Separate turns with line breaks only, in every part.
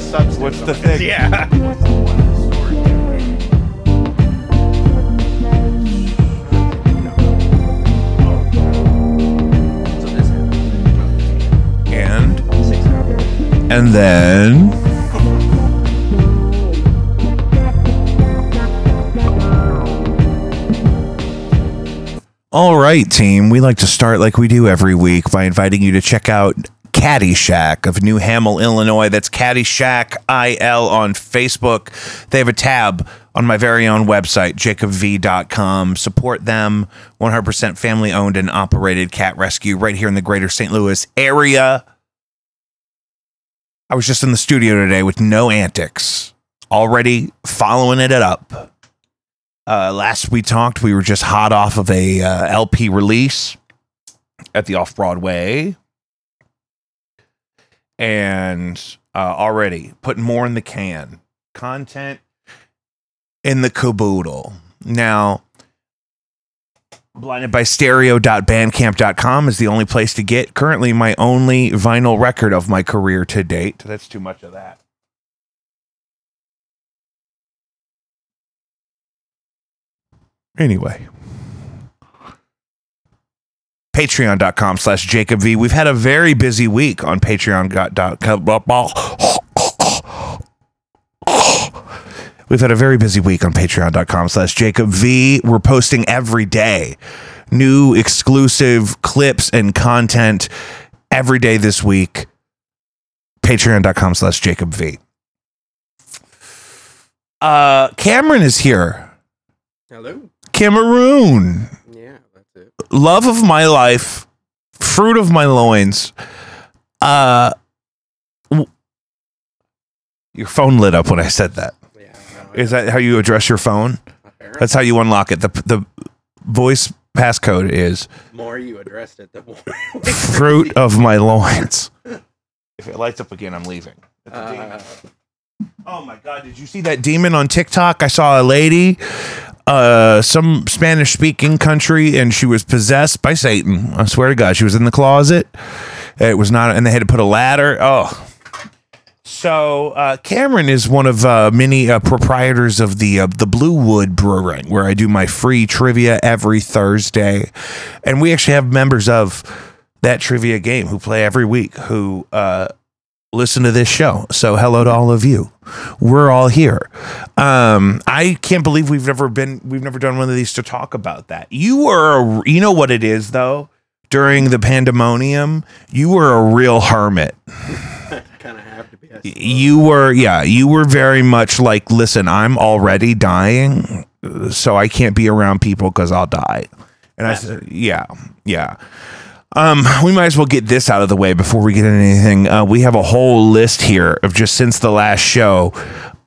substance.
What's the thing?
Yeah.
So this happened.
And
Six hours.
and then All right, team. We like to start like we do every week by inviting you to check out Caddyshack of New Hamel, Illinois. That's Caddyshack IL on Facebook. They have a tab on my very own website, jacobv.com. Support them. 100% family owned and operated cat rescue right here in the greater St. Louis area. I was just in the studio today with no antics, already following it up. Uh, last we talked, we were just hot off of a uh, LP release at the Off Broadway, and uh, already putting more in the can. Content in the caboodle. Now, blinded by stereo.bandcamp.com is the only place to get currently my only vinyl record of my career to date. That's too much of that. Anyway. Patreon.com slash Jacob V. We've had a very busy week on Patreon.com. We've had a very busy week on patreon.com slash Jacob V. We're posting every day new exclusive clips and content every day this week. Patreon.com slash Jacob V. Uh, Cameron is here.
Hello.
Cameroon,
Yeah, that's it.
love of my life, fruit of my loins. Uh, w- your phone lit up when I said that.
Yeah. No,
Is that how you address your phone?
apparently,
That's how you unlock it. The the voice passcode is
the more you addressed it, the more.
fruit of my loins. If it lights up again, I'm leaving.
Uh,
Oh my god, did you see that demon on TikTok? I saw a lady uh some Spanish speaking country and she was possessed by Satan. I swear to god, she was in the closet. It was not and they had to put a ladder. Oh. So, uh, Cameron is one of uh, many uh, proprietors of the uh, the Blue Wood Brewing, where I do my free trivia every Thursday, and we actually have members of that trivia game who play every week who uh, listen to this show. So hello to all of you. We're all here. Um, I can't believe we've never been we've never done one of these to talk about that. You were a, you know what it is though. During the pandemonium, you were a real hermit.
kind of Uh, have to be. I
Y- You were yeah, you were very much like listen, I'm already dying, so I can't be around people cuz I'll die. And I said, yeah, yeah. Um, we might as well get this out of the way before we get into anything. Uh, we have a whole list here of just since the last show,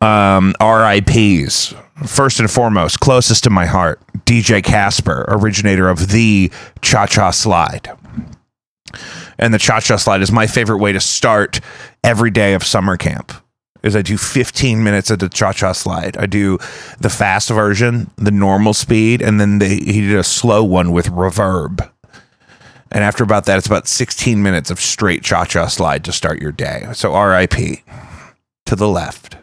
um, RIPs. First and foremost, closest to my heart, DJ Casper, originator of the Cha Cha Slide. And the Cha Cha Slide is my favorite way to start every day of summer camp. Is I do 15 minutes of the Cha Cha Slide. I do the fast version, the normal speed, and then they, he did a slow one with reverb. And after about that, it's about 16 minutes of straight cha cha slide to start your day. So RIP to the left.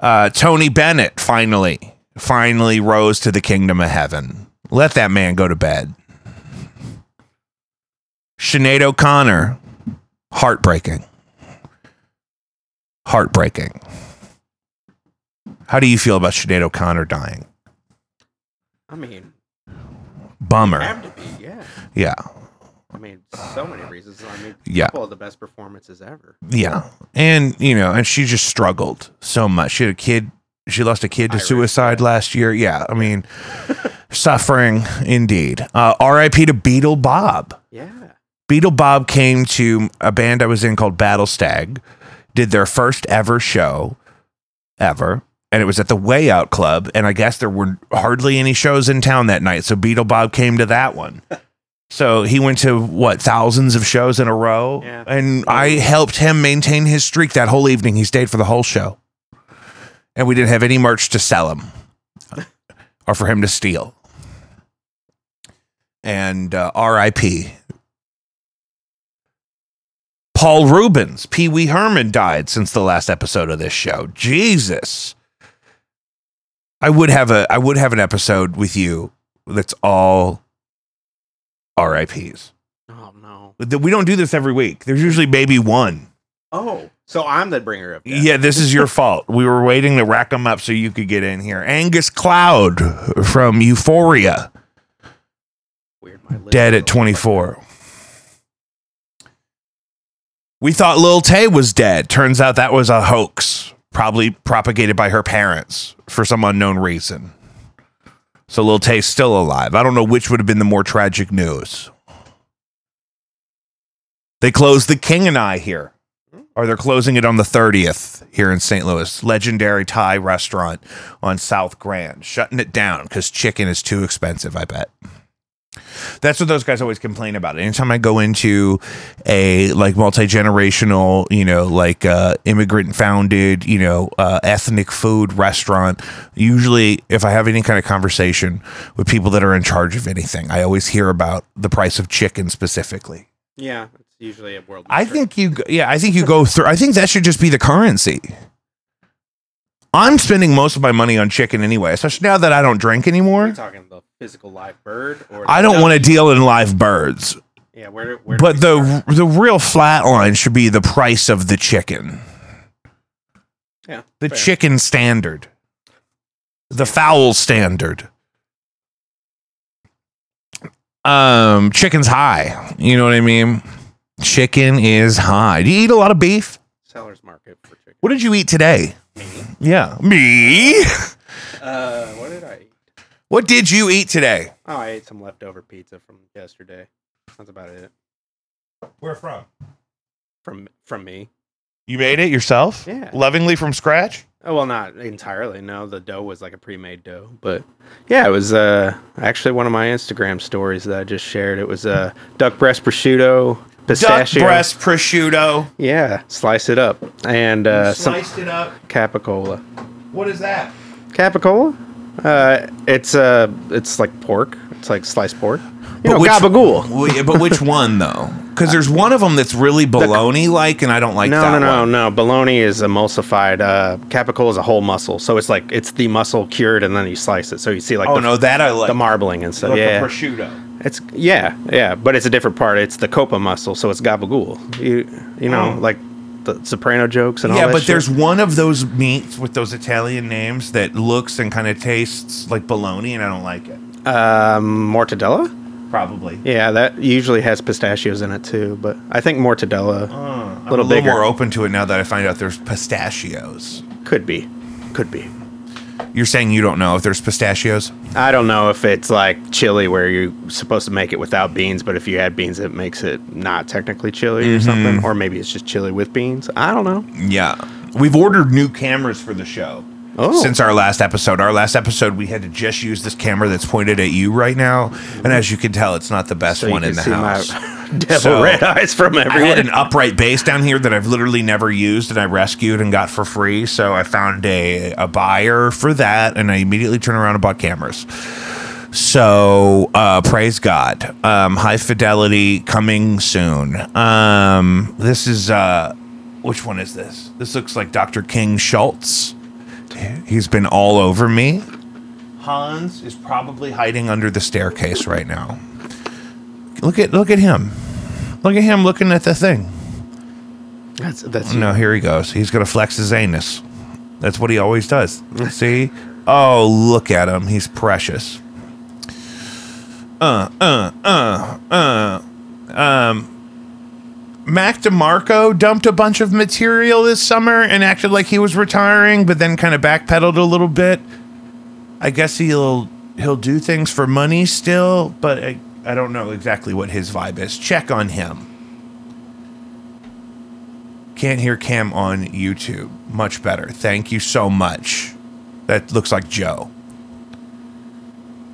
Uh, Tony Bennett finally, finally rose to the kingdom of heaven. Let that man go to bed. Sinead O'Connor, heartbreaking. Heartbreaking. How do you feel about Sinead O'Connor dying?
I mean,
Bummer.
have to be. Yeah.
Yeah.
I mean, so many reasons. I mean,
Yeah.
couple of the best performances ever.
Yeah. And, you know, and she just struggled so much. She had a kid. She lost a kid to
Irish,
suicide last year. Yeah. I mean, suffering indeed. Uh, RIP to Beetle Bob.
Yeah.
Beetle Bob came to a band I was in called Battle Stag, did their first ever show ever. And it was at the Way Out Club. And I guess there were hardly any shows in town that night. So Beetle Bob came to that one. So he went to what thousands of shows in a row,
Yeah.
and I helped him maintain his streak that whole evening. He stayed for the whole show, and we didn't have any merch to sell him or for him to steal. And uh, R.I.P. Paul Rubens, Pee Wee Herman died since the last episode of this show. Jesus. I would have a I would have an episode with you that's all RIPs.
Oh no.
That We don't do this every week. There's usually maybe one.
Oh, so I'm the bringer of death.
Yeah, this is your fault. We were waiting to rack them up so you could get in here. Angus Cloud from Euphoria,
Weird. My list
dead
is
at
a little-
24. We thought Lil Tay was dead. Turns out that was a hoax, probably propagated by her parents for some unknown reason. So Lil Tay's still alive. I don't know which would have been the more tragic news. They closed the King and I here. Or they're closing it on the 30th here in St. Louis. Legendary Thai restaurant on South Grand. Shutting it down because chicken is too expensive, I bet. That's what those guys always complain about. Anytime I go into a like multi generational, you know, like uh, immigrant founded, you know, uh, ethnic food restaurant, usually if I have any kind of conversation with people that are in charge of anything, I always hear about the price of chicken specifically.
Yeah, it's usually a world.
I
record.
think you. go- Yeah, I think you go through. I think that should just be the currency. I'm spending most of my money on chicken anyway, especially now that I don't drink
Are
anymore.
you talking the physical live bird, or the
I don't want to
duck?
deal in live birds,
Yeah, where? do- Where? do we
but
start?
the the real flat line should be the price of the chicken,
yeah,
the
fair.
chicken standard, the fowl standard. Um, chicken's high. You know what I mean? Chicken is high. Do you eat a lot of beef?
seller's market for chicken.
What did you eat today?
Me?
Yeah. Me?
Uh, what did I eat?
What did you eat today?
Oh, I ate some leftover pizza from yesterday. That's about it.
Where from?
From from me.
You made it yourself?
Yeah.
Lovingly from scratch?
Oh well, not entirely. No, the dough was like a pre-made dough, but yeah, it was uh actually one of my Instagram stories that I just shared. It was uh, duck breast prosciutto, pistachio.
Duck breast prosciutto.
Yeah, slice it up and uh, some
sliced it up.
capicola.
What is that?
Capicola? Uh, it's uh, it's like pork. It's like sliced pork. You know,
which-
gabagool.
Well, yeah, but which one though? Because there's one of them that's really bologna like, and I don't like
No,
that
no, no,
one.
no. Bologna is emulsified. Uh, capicola is a whole muscle, so it's like it's the muscle cured, and then you slice it. So you see like
Oh
the,
no, that I like.
the marbling and stuff.
Like
yeah,
the prosciutto.
it's yeah, yeah. But it's a different part. It's the copa muscle, so it's gabagool. You you know
Oh.
like the Soprano jokes and all
Yeah,
that.
but
shit.
there's one of those meats with those Italian names that looks and kind of tastes like bologna, and I don't like it.
um, mortadella.
Probably.
Yeah, that usually has pistachios in it too. But I think mortadella
Uh, I'm
Little
a little
bigger.
more open to it now that I find out there's pistachios.
could be, could be.
You're saying you don't know if there's pistachios?
I don't know if it's like chili where you're supposed to make it without beans, but if you add beans, it makes it not technically chili or
Mm-hmm.
something. Or maybe it's just chili with beans. I don't know.
Yeah. We've ordered new cameras for the show.
Oh.
Since our last episode, our last episode, we had to just use this camera that's pointed at you right now, and as you can tell, it's not the best
you
one
can
in the
see my
house.
devil
So-
red eyes from
I had an
everywhere.
upright bass down here that I've literally never used, and I rescued and got for free. So I found a a buyer for that, and I immediately turned around and bought cameras. So uh, praise God. Um, high fidelity coming soon. Um, this is uh, which one is this? This looks like Dr. King Schultz. He's been all over me. Hans is probably hiding under the staircase right now. Look at look at him. Look at him looking at the thing.
That's that's
No, here he goes. He's gonna flex his anus. That's what he always does. See? Oh, look at him. He's precious. Uh, Um, Mac DeMarco dumped a bunch of material this summer and acted like he was retiring, but then kind of backpedaled a little bit. I guess he'll he'll do things for money still, but I, I don't know exactly what his vibe is. Check on him. Can't hear Cam on YouTube. Much better. Thank you so much. That looks like Joe.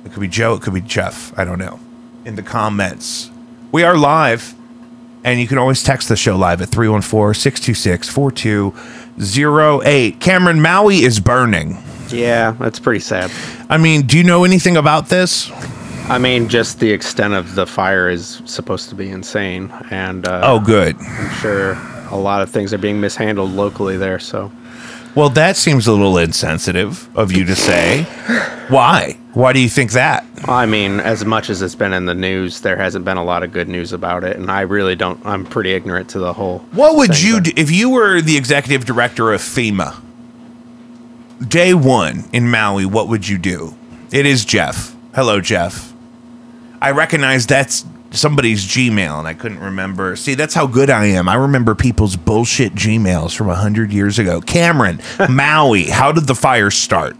It could be Joe. It could be Jeff. I don't know. In the comments, we are live. And you can always text the show live at 314 626 4208. Cameron Maui is burning.
yeah, that's pretty sad.
I mean, do you know anything about this?
I mean, just the extent of the fire is supposed to be insane, and uh,
Oh, good.
I'm sure a lot of things are being mishandled locally there. So
Well, that seems a little insensitive of you to say. Why? Why do you think that?
I mean, as much as it's been in the news, there hasn't been a lot of good news about it, and I really don't. I'm pretty ignorant to the whole.
What would
thing,
you
but-
do if you were the executive director of FEMA? Day one in Maui, what would you do? It is Jeff. Hello, Jeff. I recognize that's somebody's Gmail and I couldn't remember. See, that's how good I am. I remember people's bullshit Gmails from 100 years ago. Cameron, Maui, how did the fire start?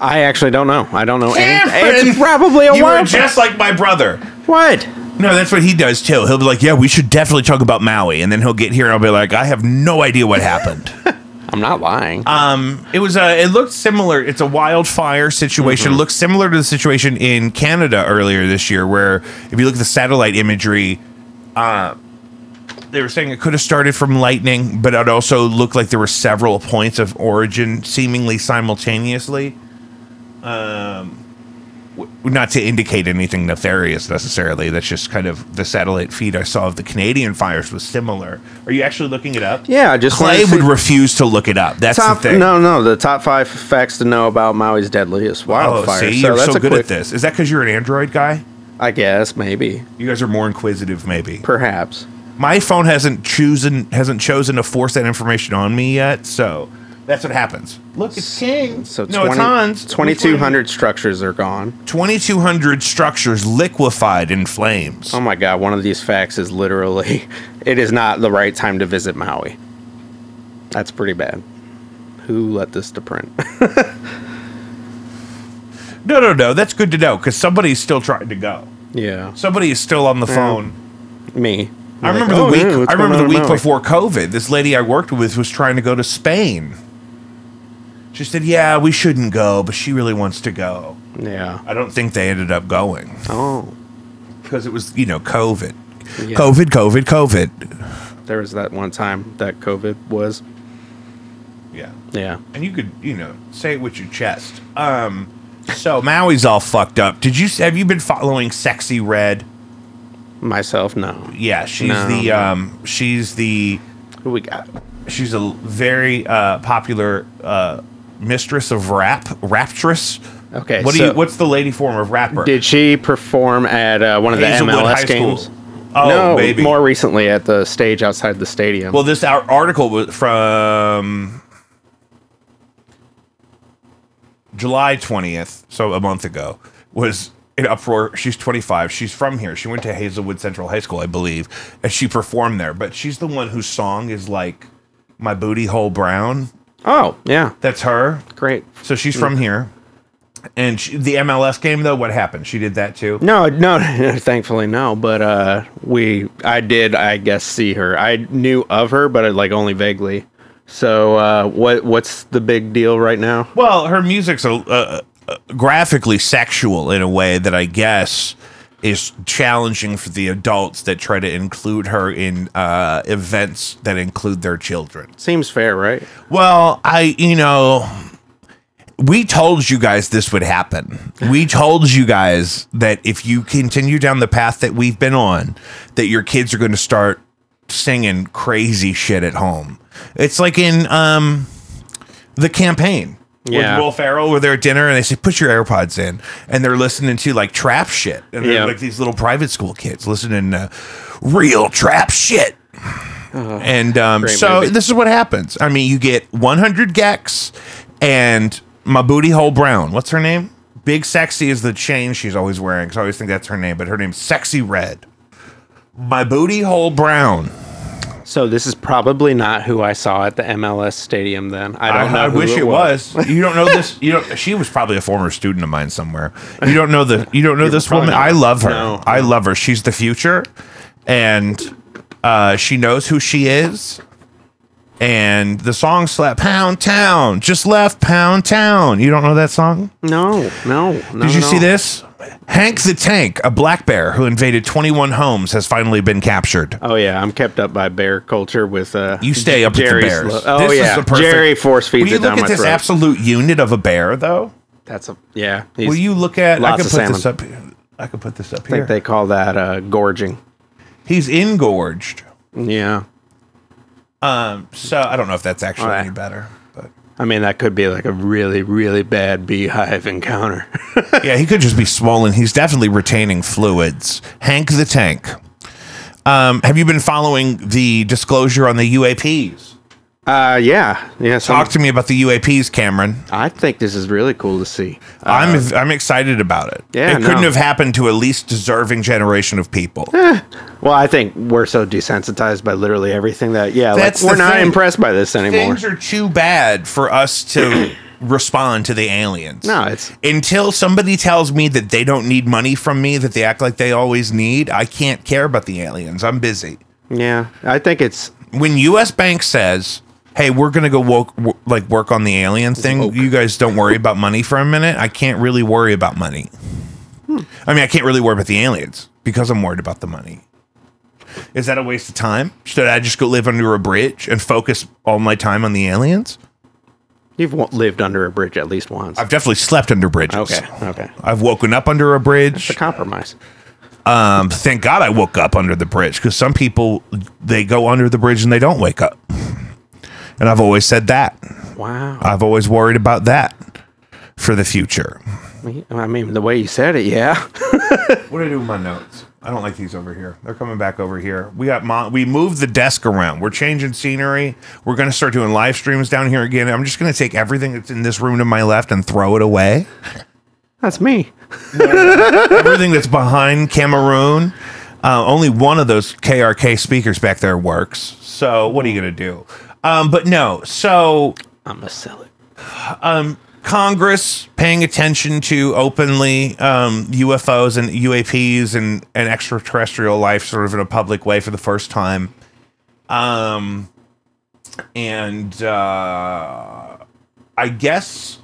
I actually don't know. I don't know. any-
Cameron!
it's probably a
You were
while.
just like my brother.
what?
No, that's what he does too. He'll be like, "Yeah, we should definitely talk about Maui," and then he'll get here and I'll be like, "I have no idea what happened."
I'm not lying.
um, it was a. It looked similar. It's a wildfire situation. It looks similar to the situation in Canada earlier this year, where if you look at the satellite imagery, uh, they were saying it could have started from lightning, but it also looked like there were several points of origin seemingly simultaneously. Um, not to indicate anything nefarious necessarily. That's just kind of the satellite feed I saw of the Canadian fires was similar. Are you actually looking it up?
yeah, I just
Clay
wanted to
would
see-
refuse to look it up. That's
top.
the thing.
No, no, the top five facts to know about Maui's deadliest
Oh,
wildfire.
see,
so
you're
that's
so
a
good
quick,
at this. Is that because you're an Android guy?
I guess maybe,
You guys are more inquisitive, maybe.
perhaps.
My phone hasn't chosen hasn't chosen to force that information on me yet, so that's what happens. Look, it's King.
So
no, it's
20
Hans.
2,200 structures are gone.
Twenty two hundred structures liquefied in flames.
Oh my god, one of these facts is literally it is not the right time to visit Maui. That's pretty bad. Who let this to print?
No, no, no. That's good to know because somebody's still trying to go.
yeah.
Somebody is still on the phone.
Me.
I
Like,
remember
"Oh,
the week.
yeah, what's
I remember the
going on in
week
Maui?"
before COVID. This lady I worked with was trying to go to Spain. She said, "Yeah, we shouldn't go, but she really wants to go."
Yeah.
I don't think they ended up going
Oh.
because it was, you know, COVID,
Yeah.
COVID, COVID, COVID.
There was that one time that COVID was.
Yeah,
Yeah.
and you could, you know, say it with your chest. Um, so Maui's all fucked up. Did you have you been following Sexy Red?
Myself, no.
Yeah, she's
No.
the um, she's the
Who we got?
she's a very uh, popular uh, mistress of rap, raptress.
Okay.
What do
so
you? What's the lady form of rapper?
did she perform at uh, one of the MLS games?
Oh,
no,
baby.
more recently at the stage outside the stadium.
Well, this ar- article was from July 20th, so a month ago, was in uproar. She's 25. She's from here. She went to Hazelwood Central High School, I believe, and she performed there. But she's the one whose song is like "My Booty Hole Brown."
oh, yeah.
That's her.
Great.
So she's from here. And she, the MLS game though, what happened? She did that too.
No, no, thankfully no. But uh, we, I did, I guess, see her. I knew of her, but uh, like only vaguely. So uh, what, what's the big deal right now?
Well, her music's a, uh, uh, graphically sexual in a way that I guess is challenging for the adults that try to include her in uh, events that include their children.
Seems fair, right?
Well, I, you know, we told you guys this would happen. We told you guys that if you continue down the path that we've been on, that your kids are going to start singing crazy shit at home. It's like in um the campaign.
Yeah.
With Will Ferrell, where they're at dinner and they say, "Put your AirPods in," and they're listening to like trap shit, and they're
Yeah.
like these little private school kids listening to real trap shit. And um,
Great
so
movie.
this is what happens. I mean, you get 100 Gex and my booty hole Brown. What's her name? Big Sexy is the chain she's always wearing. 'cause I always think that's her name, but her name's Sexy Red. My booty hole Brown.
So this is probably not who I saw at the MLS stadium. Then I
I,
don't know.
I
who
wish it was. You don't know this. You don't. She was probably a former student of mine somewhere. You don't know the. You don't know this
probably
woman.
not.
I love her.
No.
I love her. She's the future, and uh, she knows who she is. And the song slap pound town just left pound town. You don't know that song?
No, no, no.
Did you
no.
see this? Hank the Tank, a black bear who invaded 21 homes, has finally been captured.
Oh yeah, I'm kept up by bear culture with uh.
You stay up with the
Jerry's
bears.
lo- oh
This is
yeah,
the perfect-
Jerry force
Will
feeds
you
it down
look
my
at this
throat.
absolute unit of a bear, though?
That's a yeah. he's-
Will you look at?
Lots
I can put
of
this up. I could put this up
I
here.
think they call that uh, gorging.
He's engorged.
Yeah.
Um, so I don't know if that's actually
Alright.
any better, but
I mean, that could be like a really, really bad beehive encounter.
yeah, he could just be swollen. He's definitely retaining fluids. Hank the Tank. Um, have you been following the disclosure on the UAPs?
uh, yeah. Yeah. So
Talk to me about the UAPs, Cameron.
I think this is really cool to see.
I'm I'm excited about it.
Uh, Yeah,
it couldn't
no.
have happened to a least deserving generation of people.
Eh, Well, I think we're so desensitized by literally everything that, yeah,
That's the
like, we're not
thing.
impressed by this anymore.
Things are too bad for us to respond to the aliens.
No, it's-
until somebody tells me that they don't need money from me that they act like they always need. I can't care about the aliens. I'm busy.
yeah. I think it's,
When U.S. Bank says. Hey, we're gonna go woke, w- like work on the alien thing. You guys don't worry about money for a minute. I can't really worry about money.
Hmm.
I mean, I can't really worry about the aliens because I'm worried about the money. Is that a waste of time? Should I just go live under a bridge and focus all my time on the aliens?
you've wa- lived under a bridge at least once.
I've definitely slept under bridges.
okay. Okay.
I've woken up under a
It's
bridge.
a compromise.
Um, thank God I woke up under the bridge because some people they go under the bridge and they don't wake up. And I've always said that.
Wow.
I've always worried about that for the future.
I mean, the way you said it, yeah.
What do I do with my notes? I don't like these over here. They're coming back over here. We got mon- we moved the desk around. We're changing scenery. We're gonna start doing live streams down here again. I'm just gonna take everything that's in this room to my left and throw it away.
That's me.
everything that's behind Cameroon. Uh, only one of those KRK speakers back there works. So what are you gonna do? Um, but no. So
I'm going to sell it.
Congress paying attention to openly um, UFOs and UAPs and, and extraterrestrial life sort of in a public way for the first time. Um, and uh, I guess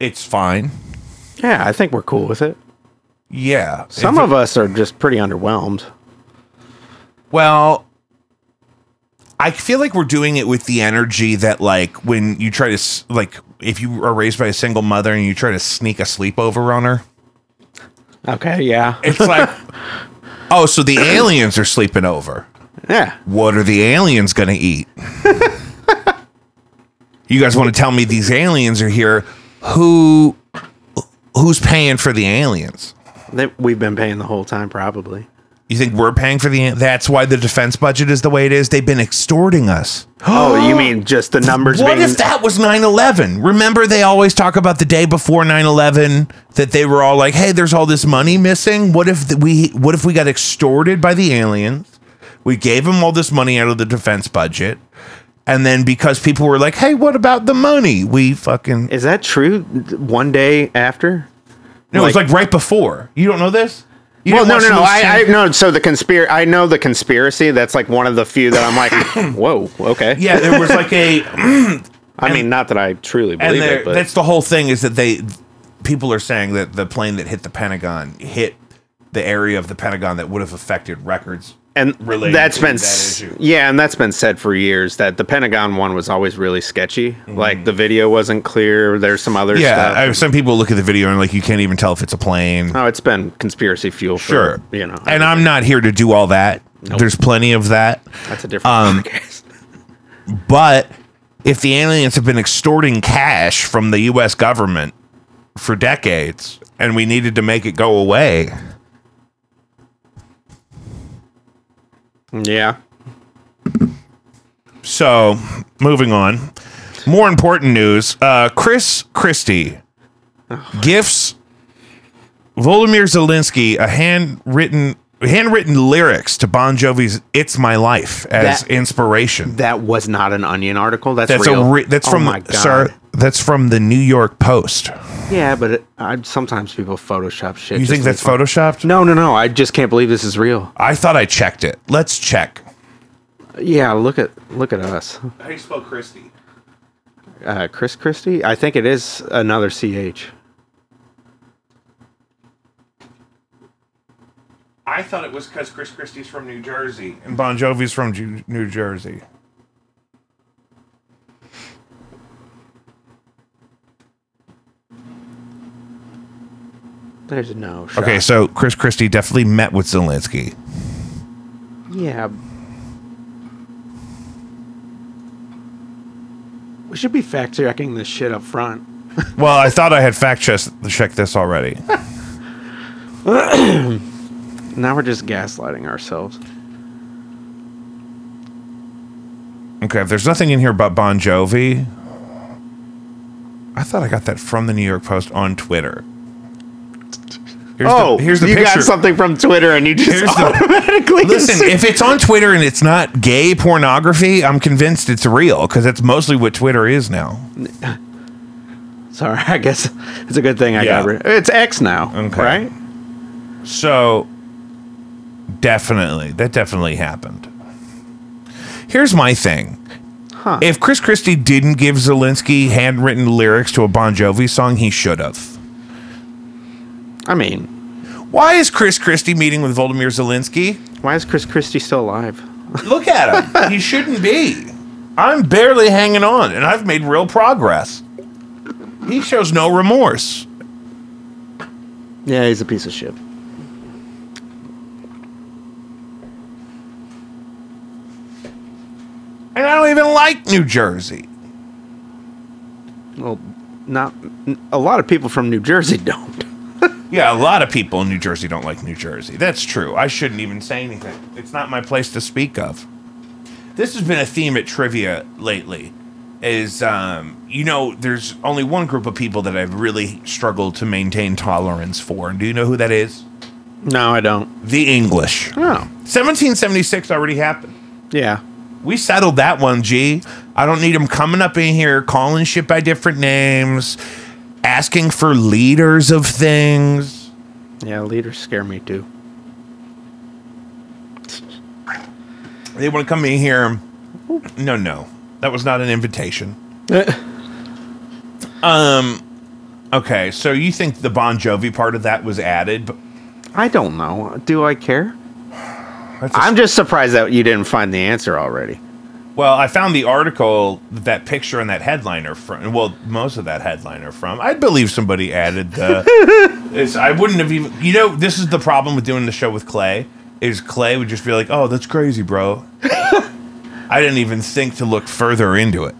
it's fine.
Yeah, I think we're cool with it.
Yeah.
Some
If-
of us are just pretty underwhelmed.
Well, I feel like we're doing it with the energy that, like, when you try to, s- like, if you are raised by a single mother and you try to sneak a sleepover on her,
Okay, yeah.
it's like, oh, so the aliens are sleeping over.
Yeah.
What are the aliens going to eat? you guys want to tell me these aliens are here? Who, who's paying for the aliens?
That we've been paying the whole time, probably.
You think we're paying for the? That's why the defense budget is the way it is. They've been extorting us.
Oh, you mean just the numbers
What
being
if that was 9 11? Remember, they always talk about the day before 9 11 that they were all like, hey, there's all this money missing. What if th- we what if we got extorted by the aliens? We gave them all this money out of the defense budget. And then because people were like, hey, what about the money? We fucking.
Is that true? One day after?
no, it was like right before. You don't know this? You
Well,
didn't
no,
watch
no,
the
no.
most
I, I
recent-
no. So the conspiracy. I know the conspiracy. That's like one of the few that I'm like, whoa, okay.
Yeah, there was like a.
I mean, not that I truly
and
believe
they're-
it, but
that's the whole thing is that they people are saying that the plane that hit the Pentagon hit the area of the Pentagon that would have affected records.
and
related
that's
to
been
that
s-
issue.
yeah, and that's been said for years that the Pentagon one was always really sketchy. Like the video wasn't clear. There's some other
Mm-hmm. Yeah,
stuff.
I, some people look at the video and like you can't even tell if it's a plane.
oh, it's been conspiracy fuel. For,
Uh, sure,
you know,
and I'm not here to do all that. There's plenty of that,
that's a different
um,
podcast.
but if the aliens have been extorting cash from the U.S. government for decades, and we needed to make it go away,
Yeah.
So, moving on. More important news. Uh, Chris Christie gifts Volodymyr Zelensky a handwritten handwritten lyrics to Bon Jovi's "It's My Life" as
That-
inspiration.
That was not an Onion article. That's,
That's
real.
a re- that's
Oh
from
my God.
sir. That's from the New York Post.
Yeah, but it, I, sometimes people Photoshop shit.
You
just
think
to
that's
make fun-
photoshopped?
No, no, no. I just can't believe this is real.
I thought I checked it. Let's check.
Yeah, look at look at us.
How do you spell Christie?
Uh, Chris Christie. I think it is another ch.
I thought it was because Chris Christie's from New Jersey and Bon Jovi's from Ju- New Jersey.
There's no shot.
Okay, so Chris Christie definitely met with Zelensky.
Yeah. We should be fact checking this shit up front.
Well, I thought I had fact chest- checked this already.
Now we're just gaslighting ourselves.
Okay, if there's nothing in here but Bon Jovi, I thought I got that from the New York Post on Twitter. Here's
oh,
the, here's the
you
picture.
got something from Twitter and you just
Here's the-
automatically
Listen, if it's on Twitter and it's not gay pornography, I'm convinced it's real because that's mostly what Twitter is now.
Sorry, I guess it's a good thing I
Yeah.
got rid. It's X now,
Okay.
right?
So, definitely, that definitely happened. Here's my thing.
Huh.
If Chris Christie didn't give Zelensky handwritten lyrics to a Bon Jovi song, he should have.
I mean,
Why is Chris Christie meeting with Volodymyr Zelensky?
why is Chris Christie still alive?
Look at him. he shouldn't be. I'm barely hanging on, and I've made real progress. He shows no remorse.
Yeah, he's a piece of shit.
And I don't even like New Jersey.
Well, not a lot of people from New Jersey don't.
Yeah, a lot of people in New Jersey don't like New Jersey. That's true. I shouldn't even say anything. It's not my place to speak of. This has been a theme at trivia lately. Is um, you know, there's only one group of people that I've really struggled to maintain tolerance for, and do you know who that is?
No, I don't.
The English.
Oh,
1776 already happened.
yeah.
We settled that one, G. I don't need them coming up in here, calling shit by different names, asking for leaders of things.
Yeah, leaders scare me too.
They want to come in here. No, no. That was not an invitation. Okay, so you think the Bon Jovi part of that was added? But
I don't know. Do I care?
that's a-
I'm just surprised that you didn't find the answer already.
well, I found the article, that picture and that headliner from, well, most of that headliner from. I believe somebody added the. it's, I wouldn't have even, you know, this is the problem with doing the show with Clay, is Clay would just be like, oh, that's crazy, bro. I didn't even think to look further into it.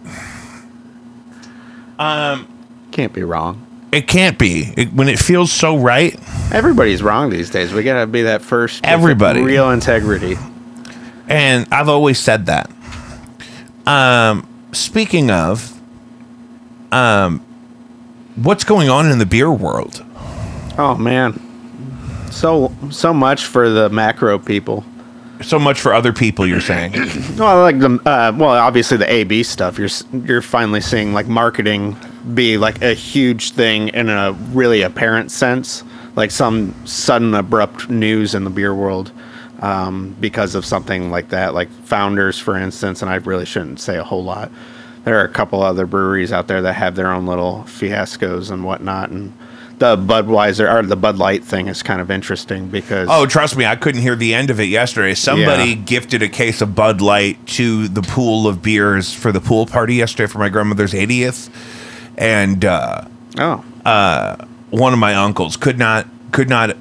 Can't be wrong.
It can't be. It, when it feels so right,
Everybody's wrong these days. We gotta be that first. with
Everybody.
Real integrity.
And I've always said that. Um, speaking of, um, what's going on in the beer world?
Oh man, so so much for the macro people.
So much for other people, you're saying.
Well, like the uh, well, obviously the AB stuff. You're s- you're finally seeing like marketing be like a huge thing in a really apparent sense, like some sudden abrupt news in the beer world um, because of something like that, like Founders, for instance. And I really shouldn't say a whole lot. There are a couple other breweries out there that have their own little fiascos and whatnot, and the Budweiser or the Bud Light thing is kind of interesting because
oh, trust me, I couldn't hear the end of it yesterday. Somebody
Yeah.
gifted a case of Bud Light to the pool of beers for the pool party yesterday for my grandmother's 80th. And, uh,
oh
one of my uncles could not could not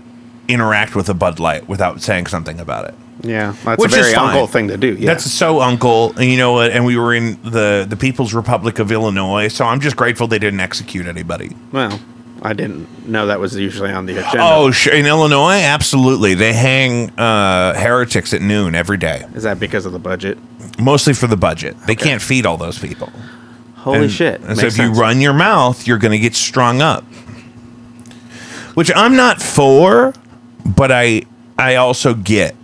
interact with a Bud Light without saying something about it.
yeah, that's
Which
a
is
very
fine.
uncle thing to do. Yeah.
That's so uncle, and you know what? And we were in the the People's Republic of Illinois, so I'm just grateful they didn't execute anybody.
Well, I didn't know that was usually on the agenda.
Oh, sure. in Illinois, absolutely, they hang uh, heretics at noon every day,
is that because of the budget?
mostly for the budget. They can't feed all those people.
Holy
And-
shit!
And so if
Makes
you
sense.
run your mouth, you're going to get strung up. Which I'm not for, but I I also get.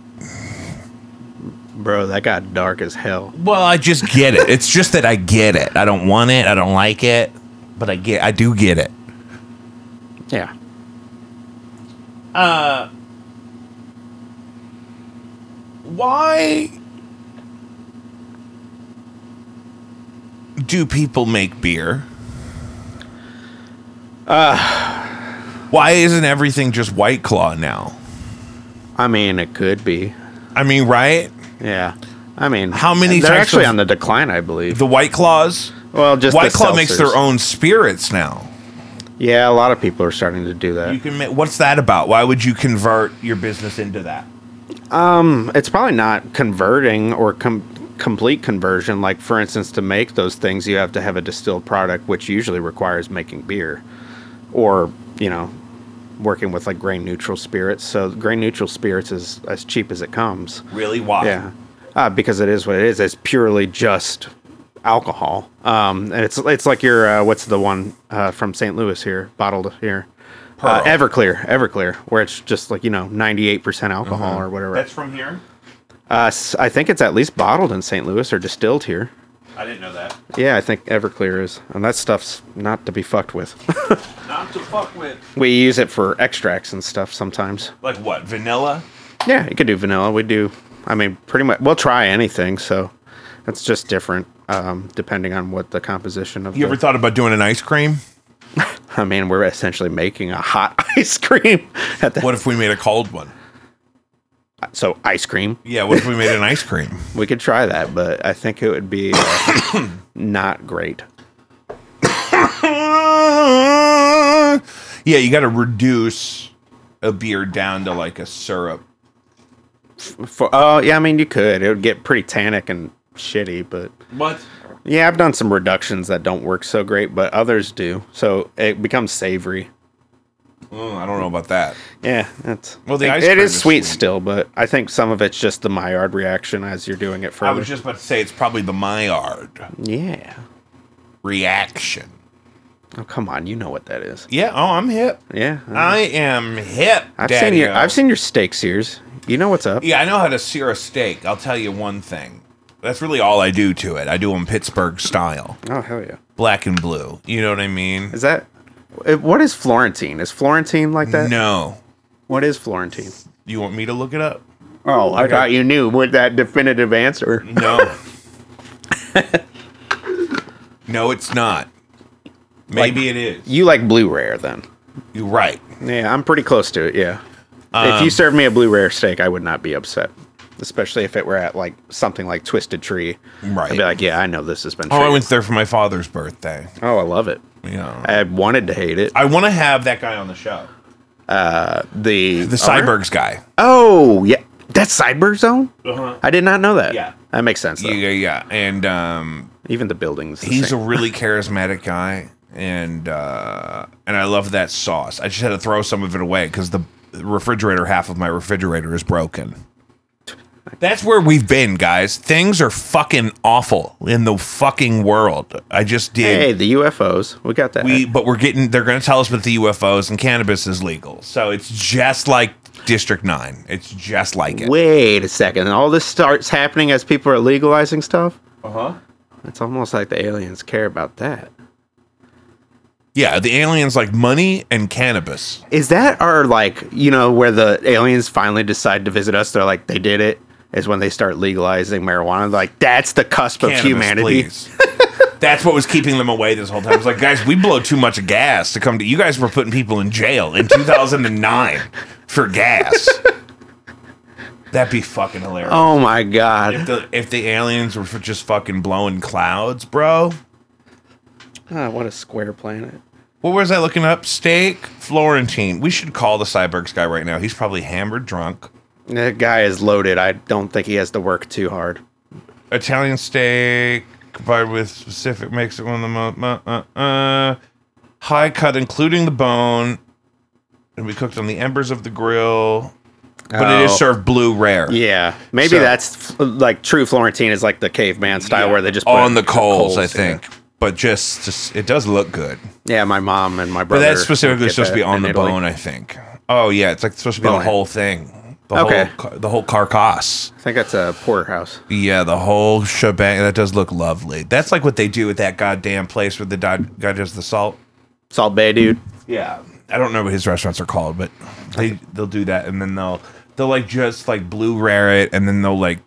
bro, that got dark as hell.
Well, I just get it. it's just that I get it. I don't want it. I don't like it, but I get. I do get it.
Yeah.
why do people make beer?
Ah.
Uh, why isn't everything just White Claw now?
I mean, it could be.
I mean, right?
Yeah. I mean,
How many
They're
types
actually
of-
on the decline, I believe.
The White Claws?
well, just
White
the
Claw makes
seltzers.
their own spirits now.
Yeah, a lot of people are starting to do that.
You can. ma- What's that about? Why would you convert your business into that?
it's probably not converting or com- complete conversion. Like, for instance, to make those things, you have to have a distilled product, which usually requires making beer or, you know, working with like grain neutral spirits. So, grain neutral spirits is as cheap as it comes.
Really? Why?
Yeah, uh, because it is what it is. It's purely just alcohol, um, and it's it's like your uh, what's the one uh, from St. Louis here, bottled here, uh,
Pearl.
Everclear, Everclear, where it's just like you know ninety eight percent alcohol or whatever.
Mm-hmm. That's from here.
uh, s- I think it's at least bottled in St. Louis or distilled here.
I didn't know that.
Yeah, I think Everclear is, and that stuff's not to be fucked with.
Not to fuck with.
we use it for extracts and stuff sometimes.
Like what? Vanilla?
Yeah, you could do vanilla. We do. I mean, pretty much. We'll try anything. So it's just different um, depending on what the composition of.
You
the,
ever thought about doing an ice cream?
I mean, we're essentially making a hot ice cream. At the,
What if we made a cold one?
so ice cream,
Yeah. What if we made an ice cream?
we could try that, but I think it would be uh, not great.
yeah, you got to reduce a beer down to like a syrup.
For oh yeah, I mean you could. It would get pretty tannic and shitty, but
What?
yeah, I've done some reductions that don't work so great, but others do. So it becomes savory.
Mm, I don't know about that.
Yeah, that's
Well, the
it-
ice
it
cream
is
is
sweet,
sweet.
still, but I think some of it's just the Maillard reaction as you're doing it
I
further.
was just about to say it's probably the Maillard
yeah.
reaction.
Oh come on, you know what that is.
Yeah. Oh, I'm hip.
Yeah, uh,
I am hip.
I've
Daddy-o.
seen your I've seen your steak sears. You know what's up.
Yeah, I know how to sear a steak. I'll tell you one thing. That's really all I do to it. I do them Pittsburgh style,
Oh hell yeah.
black and blue. You know what I mean?
Is that eh, what is Florentine? Is Florentine like that?
No.
What is Florentine?
You want me to look it up?
Oh, I thought you knew. Would that definitive answer?
No. no, it's not. Maybe it is.
You like blue rare then?
You're right.
Yeah, I'm pretty close to it. Yeah. if you
Um,
served me a blue rare steak, I would not be upset, especially if it were at like something like Twisted Tree.
Right.
I'd be like, yeah, I know this has been.
Oh, I
fake."
went there for my father's birthday.
oh, I love it.
Yeah.
I wanted to hate it.
I want to have that guy on the show. Oh, The
The owner?
Cybergs guy.
Oh yeah, that's Cyber Zone.
Uh-huh.
I did not know that.
Yeah.
that makes sense. Though.
Yeah, yeah, yeah. And um,
Even the buildings. The
he's a
same.
really charismatic guy and uh and i love that sauce i just had to throw some of it away because the refrigerator half of my refrigerator is broken that's where we've been guys things are fucking awful in the fucking world i just did
hey, the UFOs. We got that.
we but we're getting they're going to tell us about the ufos and cannabis is legal so it's just like district 9 it's just like it
Wait a second. All this starts happening as people are legalizing stuff.
uh-huh
It's almost like the aliens care about that.
yeah the aliens like money and cannabis
Is that our like you know where the aliens finally decide to visit us? They're like they did it. Is when they start legalizing marijuana. Like that's the cusp of
cannabis,
humanity.
please. That's what was keeping them away this whole time. It's like, guys, we blow too much gas to come to. You guys were putting people in jail in 2009 for gas. That'd be fucking hilarious.
Oh my god.
If, the, if the aliens were just fucking blowing clouds, bro.
Ah, what a square planet.
What was I looking up? Steak Florentine. We should call the Cybergs guy right now. He's probably hammered, drunk.
That guy is loaded. I don't think he has to work too hard.
Italian steak combined with specific makes it one of the most uh, uh, uh, high cut, including the bone, and we cooked on the embers of the grill. But it
Oh.
is served blue rare.
Yeah, maybe
So-
that's f- like true Florentine is like the caveman style
Yeah.
where they just put
on the
it-
coals, I
yeah.
think. But just, just it does look good.
Yeah. my mom and my
But
brother.
that's specifically
get
supposed to
that
be on
in
the
Italy.
bone, I think. Oh yeah, it's like supposed to be
Bone.
the whole thing. The
Okay.
whole ca- the whole carcass.
I think that's a porterhouse.
Yeah, the whole shebang. That does look lovely. That's like what they do at that goddamn place where the di- guy does the salt.
Salt Bay, dude.
Yeah, I don't know what his restaurants are called, but they they'll do that, and then they'll they'll like just like blue rare it, and then they'll like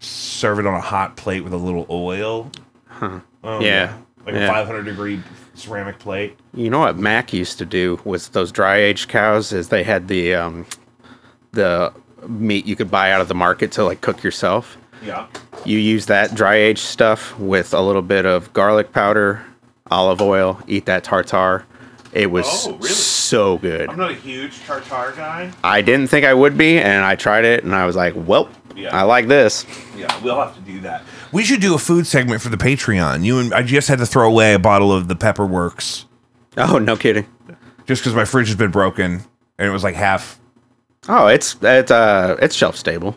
serve it on a hot plate with a little oil. Oh,
Yeah.
like
Yeah.
a 500 degree ceramic plate.
You know what Mac used to do with those dry aged cows is they had the um, the meat you could buy out of the market to like cook yourself.
Yeah,
You use that dry aged stuff with a little bit of garlic powder, olive oil, eat that tartar, It was
Oh, really?
so good.
I'm not a huge tartar guy.
I didn't think I would be, and I tried it, and I was like, "Well,
Yeah.
I like this."
Yeah, we'll have to do that. We should do a food segment for the Patreon. You and I just had to throw away a bottle of the Pepperworks
Oh, no kidding.
just because my fridge has been broken and it was like half,
Oh, it's it's uh it's shelf stable.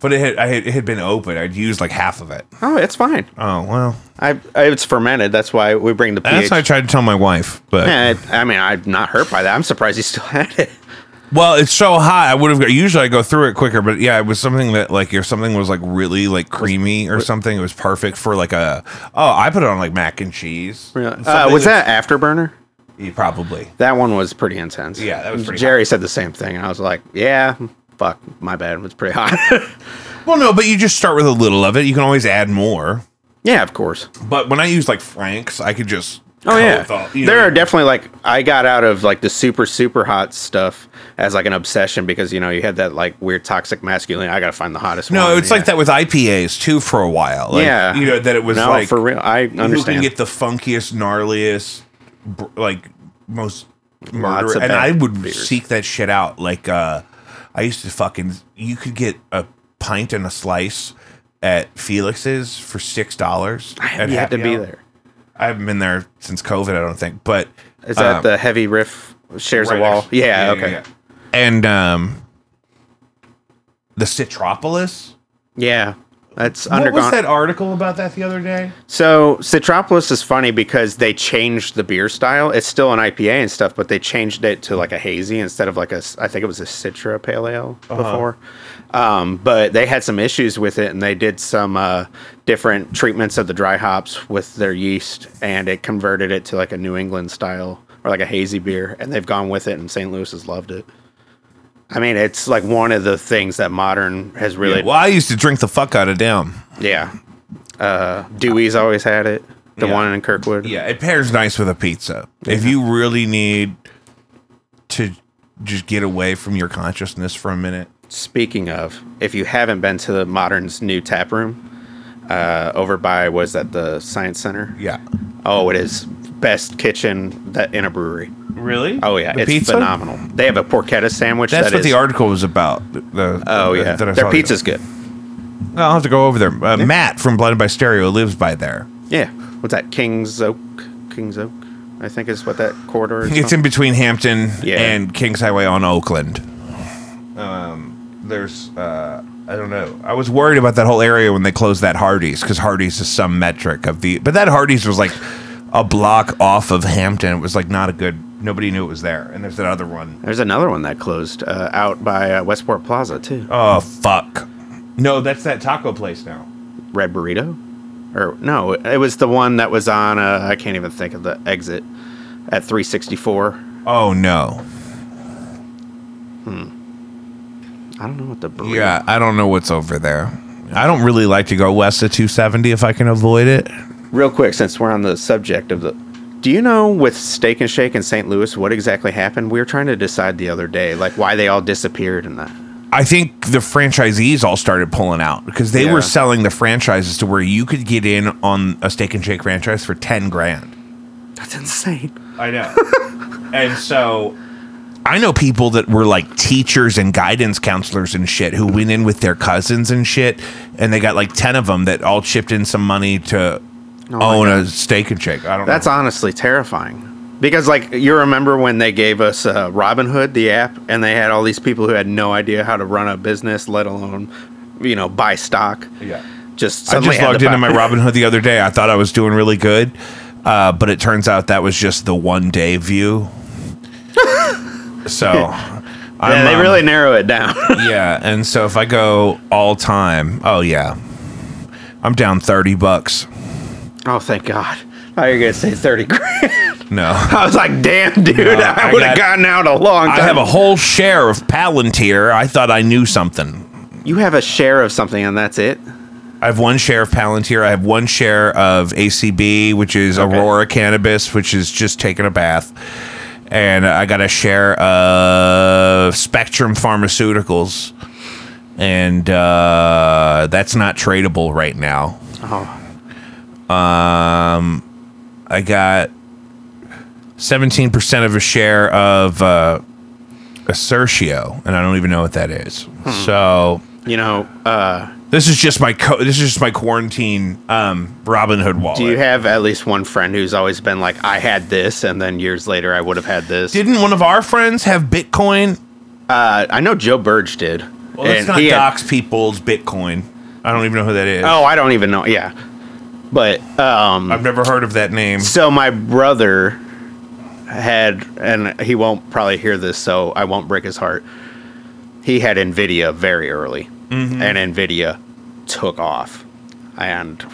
but it had I had, it had been open. I'd used like half of it.
Oh, it's fine.
Oh well,
I, I it's fermented. That's why we bring the
that's
pH.
what I tried to tell my wife, but
Yeah, it- I mean, I'm not hurt by that. I'm surprised he still had it.
well, it's so hot. I would have got. Usually I go through it quicker, but yeah, it was something that like if something was like really like creamy or something, it was perfect for like a. Oh, I put it on like mac and cheese.
Uh, was that afterburner?
Yeah, probably?
That one was pretty intense.
Yeah, that was pretty
Jerry said the same thing, and I was like, "Yeah, fuck, my bad. It was pretty hot."
Well, no, but you just start with a little of it. You can always add more.
yeah, of course.
But when I use like Frank's, I could just
Oh yeah, there are
definitely
definitely like I got out of like the super super hot stuff as like an obsession because you know you had that like weird toxic masculine. I gotta find the hottest one.
no. It's
Oh, yeah.
like that with IPAs too for a while. Like,
yeah,
you know that it was
no
like
for real. I
who can
understand.
get the funkiest, gnarliest, br- like most murderous.
of
And
bad
I would
beers.
seek that shit out. Like uh, I used to fucking you could get a pint and a slice at Felix's for six dollars.
you have to be there.
I haven't been there since COVID. I don't think, but
Is that
um,
the heavy riff shares
right
a wall?
next-
Yeah, okay.
yeah.
Yeah,
And um, the Citropolis.
that's
What was
undergone.
that article about that the other day?
So Citropolis is funny because they changed the beer style. It's still an IPA and stuff, but they changed it to like a hazy instead of like a s- I think it was a Citra Pale Ale
Uh-huh.
before. Um, but they had some issues with it, and they did some uh, different treatments of the dry hops with their yeast, and it converted it to like a New England style or like a hazy beer, and they've gone with it, and St. Louis has loved it. I mean, it's like one of the things that modern has really
Well, I used to drink the fuck out of them.
yeah. Uh, Dewey's always had it. The
Yeah.
one in Kirkwood.
Yeah, it pairs nice with a pizza. If you really need to just get away from your consciousness for a minute,
Speaking of, if you haven't been to the Modern's new tap room, uh, over by was that the Science Center?
yeah.
Oh, it is best kitchen that in a brewery.
Really?
Oh yeah,
the
it's
pizza.
phenomenal. They have a porchetta sandwich.
That's
that
what
is-
the article was about. The, the-
Oh yeah,
that I
their
saw.
pizza's good.
I'll have to go over there. Uh, Matt from Blooded by Stereo lives by there.
Yeah, what's that? Kings Oak, Kings Oak, I think is what that corridor is.
It's in between Hampton
Yeah.
and Kings Highway on Oakland. Um, there's, uh, I don't know. I was worried about that whole area when they closed that Hardee's because Hardee's is some metric of the, but that Hardee's was like a block off of Hampton. It was like not a good. Nobody knew it was there. And there's that other one.
There's another one that closed uh, out by uh, Westport Plaza too.
Oh fuck. No, that's that taco place now.
Red Burrito, or no, it was the one that was on. Uh, I can't even think of the exit at 364.
Oh no.
I don't know what the burrito.
Yeah, I don't know what's over there. I don't really like to go west of 270 if I can avoid it.
Real quick, since we're on the subject of the, do you know with Steak and Shake in St. Louis what exactly happened? We were trying to decide the other day, like why they all disappeared and that.
I think the franchisees all started pulling out because they
Yeah.
were selling the franchises to where you could get in on a steak and shake franchise for 10 grand.
That's insane.
I know. and so I know people that were like teachers and guidance counselors and shit who went in with their cousins and shit and they got like 10 of them that all chipped in some money to own a steak and shake. I don't
That's
know.
honestly terrifying. Because like you remember when they gave us uh, Robinhood the app, and they had all these people who had no idea how to run a business, let alone, you know, buy stock.
Yeah.
Just
I
suddenly
just
had
logged
to
into
buy-
my Robinhood the other day. I thought I was doing really good, uh, but it turns out that was just the one day view. so, I'm,
Yeah, they
um,
really narrow it down.
yeah. And so if I go all time, oh yeah, I'm down thirty bucks.
oh, thank God. Oh, you're gonna say thirty grand.
No.
I was like, damn, dude, I
I
would have
got-
gotten out a long time.
I have a whole share of Palantir. I thought I knew something.
you have a share of something, and that's it.
I have one share of Palantir. I have one share of ACB, which is Aurora Cannabis, which is just taking a bath. And I got a share of Spectrum Pharmaceuticals. And uh, that's not tradable right now.
Oh,
I got 17% of a share of uh, Assertio, and I don't even know what that is.
Hmm.
So
You know, uh,
this is just my co- this is just my quarantine um, Robin Hood wallet.
do you have at least one friend who's always been like, I had this, and then years later I would have had this?
Didn't one of our friends have Bitcoin?
uh, I know Joe Burge did.
Well, let's
And
not
he had-
dox people's Bitcoin. I don't even know who that is.
oh, I don't even know. Yeah. But um,
I've never heard of that name.
So my brother had, and he won't probably hear this, so I won't break his heart. He had Nvidia very early, and Nvidia took off, and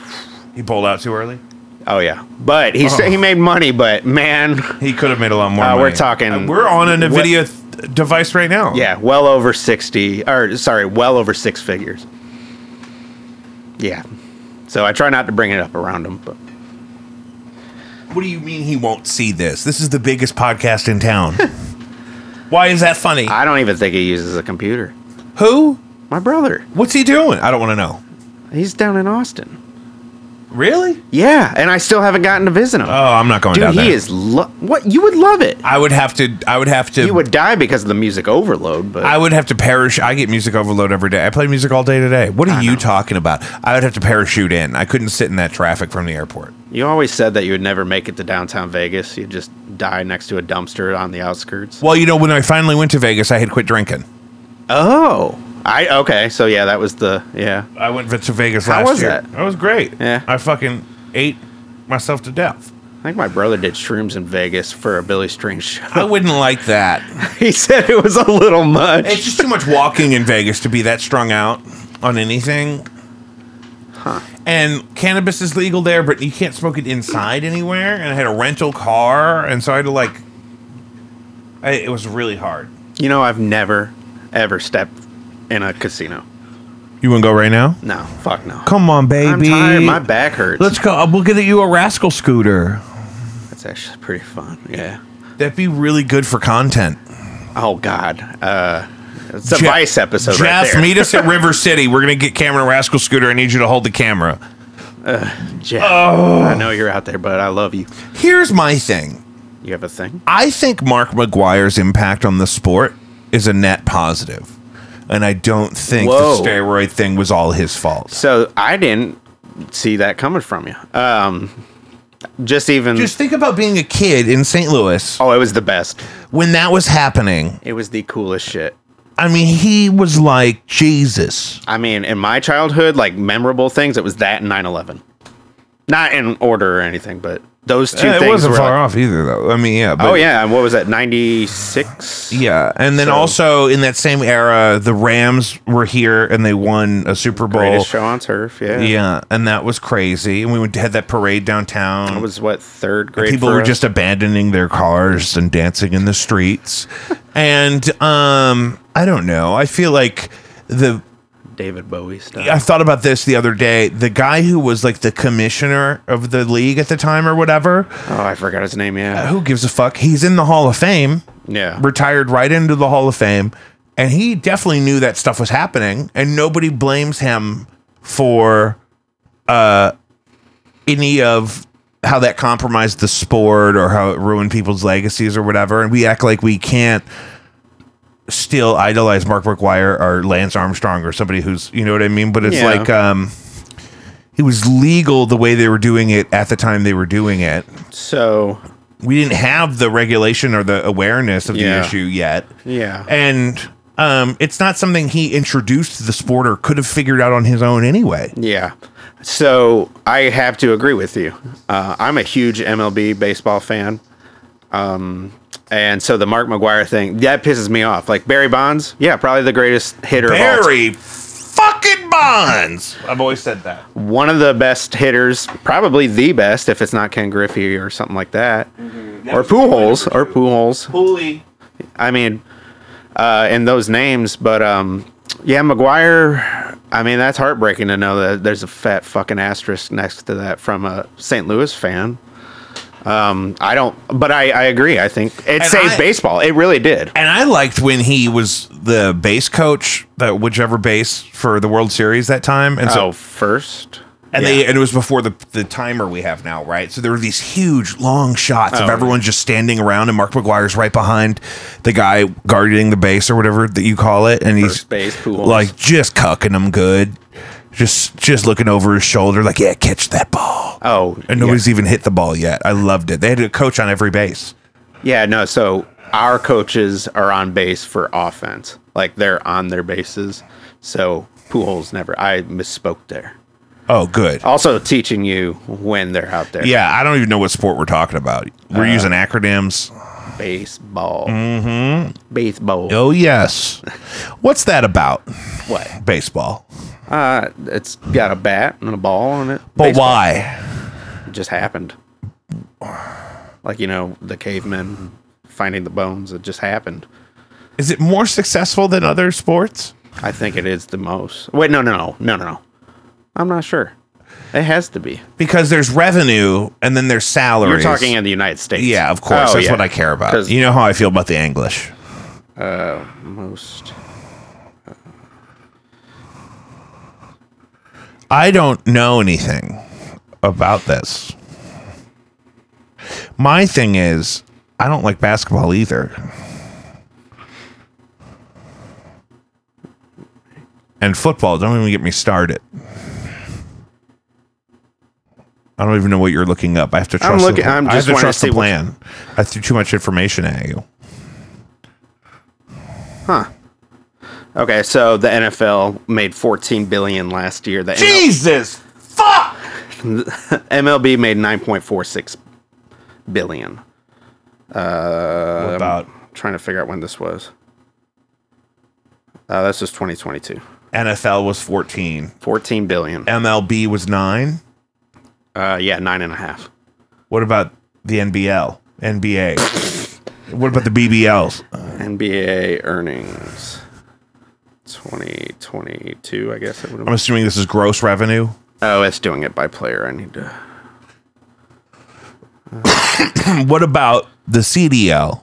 He pulled out too early.
oh yeah, but he said he made money, but man,
He could have made a lot more.
Uh, we're
money.
talking-
Uh, we're on an Nvidia th- device right now.
yeah, well over sixty, or sorry, well over six figures. Yeah, so I try not to bring it up around him, but
What do you mean he won't see this? This is the biggest podcast in town. Why is that funny?
I don't even think he uses a computer.
Who?
My brother,
What's he doing? I don't want to know.
he's down in Austin.
Really?
Yeah, and I still haven't gotten to visit him.
Oh, I'm not going
Dude,
down
he
there.
is lo- what you would love it.
I would have to. I would have to.
You would die because of the music overload, but
I would have to perish. I get music overload every day. I play music all day today. What are you talking about? I would have to parachute in. I couldn't sit in that traffic from the airport.
you always said that you would never make it to downtown Vegas. You'd just die next to a dumpster on the outskirts.
Well, you know, when I finally went to Vegas, I had quit drinking.
Oh, I okay. So yeah, that was the yeah.
I went to Vegas
How
last
was
year.
that?
That was great.
Yeah.
I fucking ate myself to death.
I think my brother did shrooms in Vegas for a Billy Strange show.
I wouldn't like that.
he said it was a little much.
It's just too much walking in Vegas to be that strung out on anything. And cannabis is legal there, but you can't smoke it inside anywhere. And I had a rental car, and so I had to like. I, it was really hard.
you know, I've never ever stepped in a casino.
You want to go right now?
No, fuck no.
Come on, baby.
I'm tired. My back hurts.
Let's go. Uh, We'll get you a rascal scooter.
That's actually pretty fun. Yeah.
That'd be really good for content.
Oh God. Uh, it's a
Jeff-
Vice episode
Jeff,
right there.
meet us at River City. We're gonna get Cameron a rascal scooter. I need you to hold the camera.
Jeff, I know you're out there, but I love you.
Here's my thing.
You have a thing?
I think Mark McGuire's impact on the sport is a net positive, and I don't think
Whoa.
the steroid thing was all his fault.
So I didn't see that coming from you. Um, just even.
Just think about being a kid in St. Louis
oh, it was the best.
when that was happening.
It was the coolest shit.
I mean, he was like Jesus.
I mean, in my childhood, like memorable things, it was that and 9 11. Not in order or anything, but those two things. were like-
off either, though. I mean, yeah. But,
Oh, yeah. and What was that? 96?
Yeah, and then
So-
also in that same era, the Rams were here and they won a Super Bowl.
Greatest show on turf. Yeah.
Yeah, and that was crazy. And we went had that parade downtown.
It was what, third grade?
people
for
were
us?
just abandoning their cars and dancing in the streets and um i don't know i feel like the
David Bowie stuff.
i thought about this the other day the guy who was like the commissioner of the league at the time or whatever
Oh, I forgot his name. Yeah.
who gives a fuck he's in the hall of fame
Yeah.
retired right into the hall of fame and he definitely knew that stuff was happening and nobody blames him for uh, any of how that compromised the sport or how it ruined people's legacies or whatever. And we act like we can't still idolize Mark McGuire or Lance Armstrong or somebody who's, you know what I mean? But it's
Yeah.
like, um, it was legal the way they were doing it at the time they were doing it.
So,
We didn't have the regulation or the awareness of
Yeah.
the issue yet.
yeah.
And um, it's not something he introduced to the sport or could have figured out on his own anyway.
Yeah. So I have to agree with you. Uh, I'm a huge MLB baseball fan. Um, and so the Mark McGuire thing, that pisses me off. Like Barry Bonds, yeah, probably the greatest hitter of all time.
Barry fucking Bonds. I've always said that.
One of the best hitters, probably the best, if it's not Ken Griffey or something like that. Or Pujols, or Pujols.
Holy.
I mean, uh, and those names, but um, yeah, McGuire. I mean, that's heartbreaking to know that there's a fat fucking asterisk next to that from a St. Louis fan. Um, I don't, but I, I agree. I think it
And
saved
I-
baseball. It really did.
And I liked when he was the
Oh,
base coach, the whichever base for the World Series that time. And so
So first,
And they and it was before the the timer we have now, right? So there were these huge long shots
Oh,
of everyone just standing around, and Mark McGuire's right behind the guy guarding the base or whatever that you call it, and he's
First base, Pujols.
like just cucking them good, just just looking over his shoulder, like yeah, catch that ball.
Oh,
And
yeah.
nobody's even hit the ball yet. I loved it. They had a coach on every base.
Yeah, no. So our coaches are on base for offense. Like they're on their bases. So Pujols never. I misspoke there.
Oh, good.
Also teaching you when they're out there.
Yeah, I don't even know what sport we're talking about.
Uh,
We're using acronyms.
Baseball. Mm-hmm. Baseball.
Oh yes. What's that about?
What?
Baseball.
Uh, it's got a bat and a ball on it.
But
Baseball.
why?
It just happened. Like you know, the cavemen finding the bones. It just happened.
Is it more successful than other sports?
I think it is the most. Wait, no, no, no, no, no, no. I'm not sure. It has to be.
Because there's revenue and then there's
You're
salaries.
talking in the United States.
Oh, Yeah, of course.
Oh,
That's
yeah.
what I care about.
'Cause
You know how I feel about the English.
most.
I don't know anything about this. My thing is, I don't like basketball either. And football, don't even get me started. I don't even know what you're looking up. I have to trust.
I'm looking-
The,
I'm
I have
just
to
wanting to
trust the
see what-
plan. I threw too much information at you.
Okay, so the NFL made 14 billion last year. The NL
Jesus, fuck!
MLB made 9.46 billion. Um,
about
trying to figure out when this was. Uh, this is 2022.
NFL was 14,
14 billion.
MLB was nine.
Uh, yeah, nine and a half.
What about the NBL, NBA? what about the BBLs?
NBA earnings 2022. I guess it would have
I'm assuming this is gross revenue.
Oh, it's doing it by player. I need to.
what about the CDL?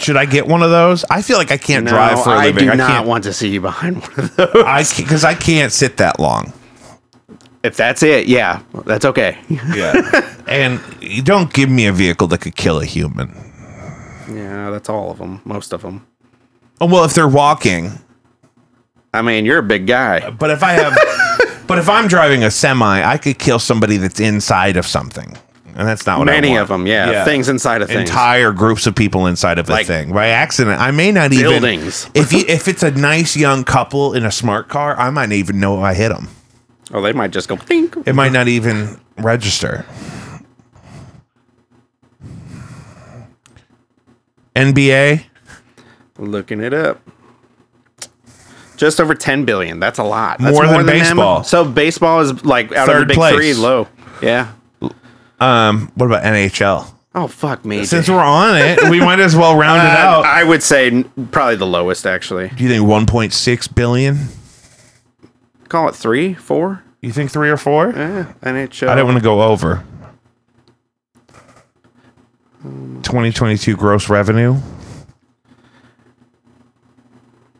Should I get one of those? I feel like I can't drive for a
I
living.
do
Uh, I
not
can't
want to see you behind one of those.
I because I can't sit that long.
If that's it, yeah, that's okay.
Yeah, and you don't give me a vehicle that could kill a human.
Yeah, that's all of them. Most of them.
Oh, Well, if they're walking,
I mean, you're a big guy.
but if I have, but if I'm driving a semi, I could kill somebody that's inside of something, and that's not what I
Many
want.
of them, yeah. Things inside of things.
entire groups of people inside of a
Like-
thing by accident. I may not even
Buildings.
if you, if it's a nice young couple in a smart car, I might not even know I hit them.
oh, they might just go. Ding.
It might not even register. NBA.
Looking it up. Just over 10 billion. That's a lot. That's
More than
them.
baseball.
So baseball is like out of
Third
the big
place.
three, low. Yeah.
Um, what about NHL?
Oh fuck me.
Since
dude.
we're on it, we might as well round it
Uh,
out.
I would say n- probably the lowest actually.
Do you think 1.6 billion?
Call it three, four.
You think three or four?
Yeah. NHL.
I don't want to go over. 2022 gross revenue.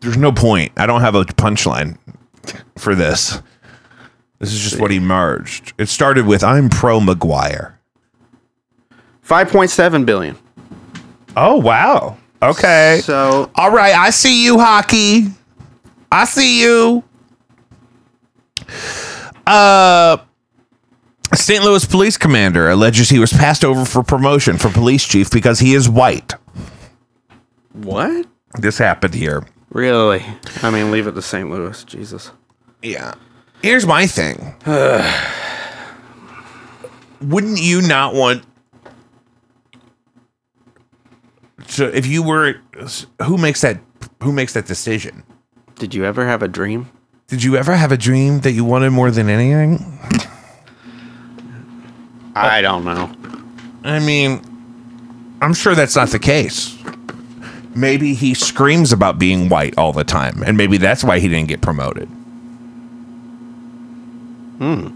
There's no point. I don't have a punchline for this. This is just what emerged. It started with I'm pro Maguire.
5.7 billion.
Oh, wow. Okay.
So
All right. I see you, hockey. I see you. Uh, St. Louis police commander alleges he was passed over for promotion for police chief because he is white.
what?
This happened here.
Really? I mean, leave it to St. Louis. Jesus.
Yeah. Here's my thing. Wouldn't you not want So if you were who makes that who makes that decision?
Did you ever have a dream?
Did you ever have a dream that you wanted more than anything? Oh.
I don't know.
I mean, I'm sure that's not the case. Maybe he screams about being white all the time, and maybe that's why he didn't get promoted. Hmm.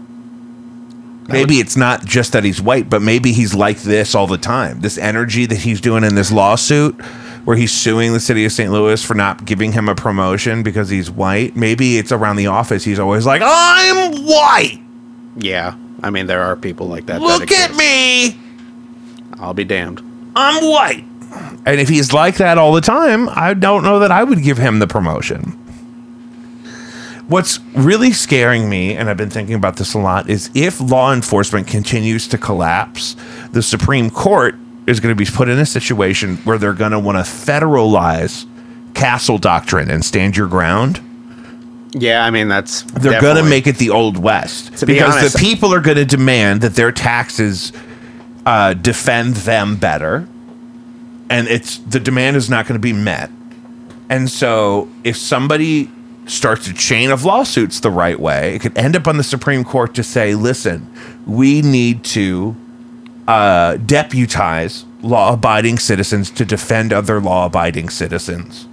Maybe it's not just that he's white, but maybe he's like this all the time. This energy that he's doing in this lawsuit where he's suing the city of St. Louis for not giving him a promotion because he's white. Maybe it's around the office. He's always like, I'm white.
Yeah. I mean, there are people like that. that
Look at
exist.
me.
I'll be damned.
I'm white. And if he's like that all the time, I don't know that I would give him the promotion. What's really scaring me, and I've been thinking about this a lot, is if law enforcement continues to collapse, the Supreme Court is going to be put in a situation where they're going to want to federalize castle doctrine and stand your ground.
Yeah. I mean, that's.
They're going to
definitely-
make it the old west
To be
because
honest-
the people are going to demand that their taxes uh, defend them better, and it's the demand is not going to be met. And so, if somebody starts a chain of lawsuits the right way, it could end up on the Supreme Court to say, "Listen, we need to uh, deputize law-abiding citizens to defend other law-abiding citizens."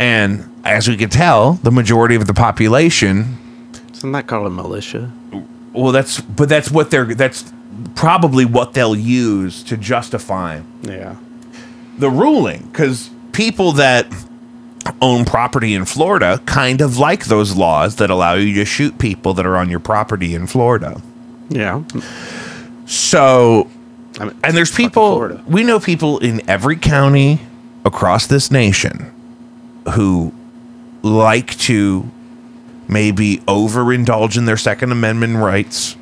And as we can tell, the majority of the population
Isn't that called a militia?
well, that's but that's what they're that's probably what they'll use to justify
Yeah.
the ruling because people that own property in Florida kind of like those laws that allow you to shoot people that are on your property in Florida.
Yeah.
So,
I mean,
and there's
fucking
people
Florida.
we know people in every county across this nation who like to maybe overindulge in their Second Amendment rights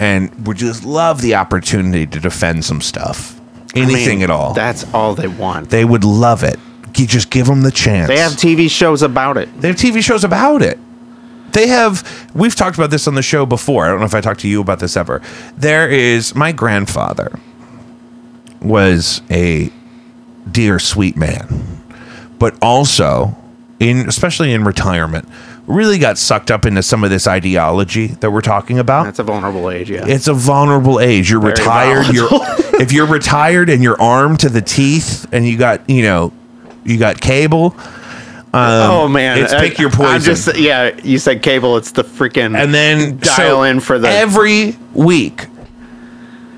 and would just love the opportunity to defend some stuff,
I mean,
anything at all.
That's all they want.
they would love it. You just give them the chance.
They have TV shows about it.
They have TV shows about it. They have. We've talked about this on the show before. I don't know if I talked to you about this ever. There is my grandfather was a dear sweet man, but also in especially in retirement, really got sucked up into some of this ideology that we're talking about.
That's a vulnerable age. Yeah.
It's a vulnerable age. You're retired. You're
volatile.
if you're retired and you're armed to the teeth, and you got you know, you got cable.
oh man,
Um, it's pick your
I'm
poison.
just yeah. You said cable. It's the freaking
and then
dial
so
in for the
every week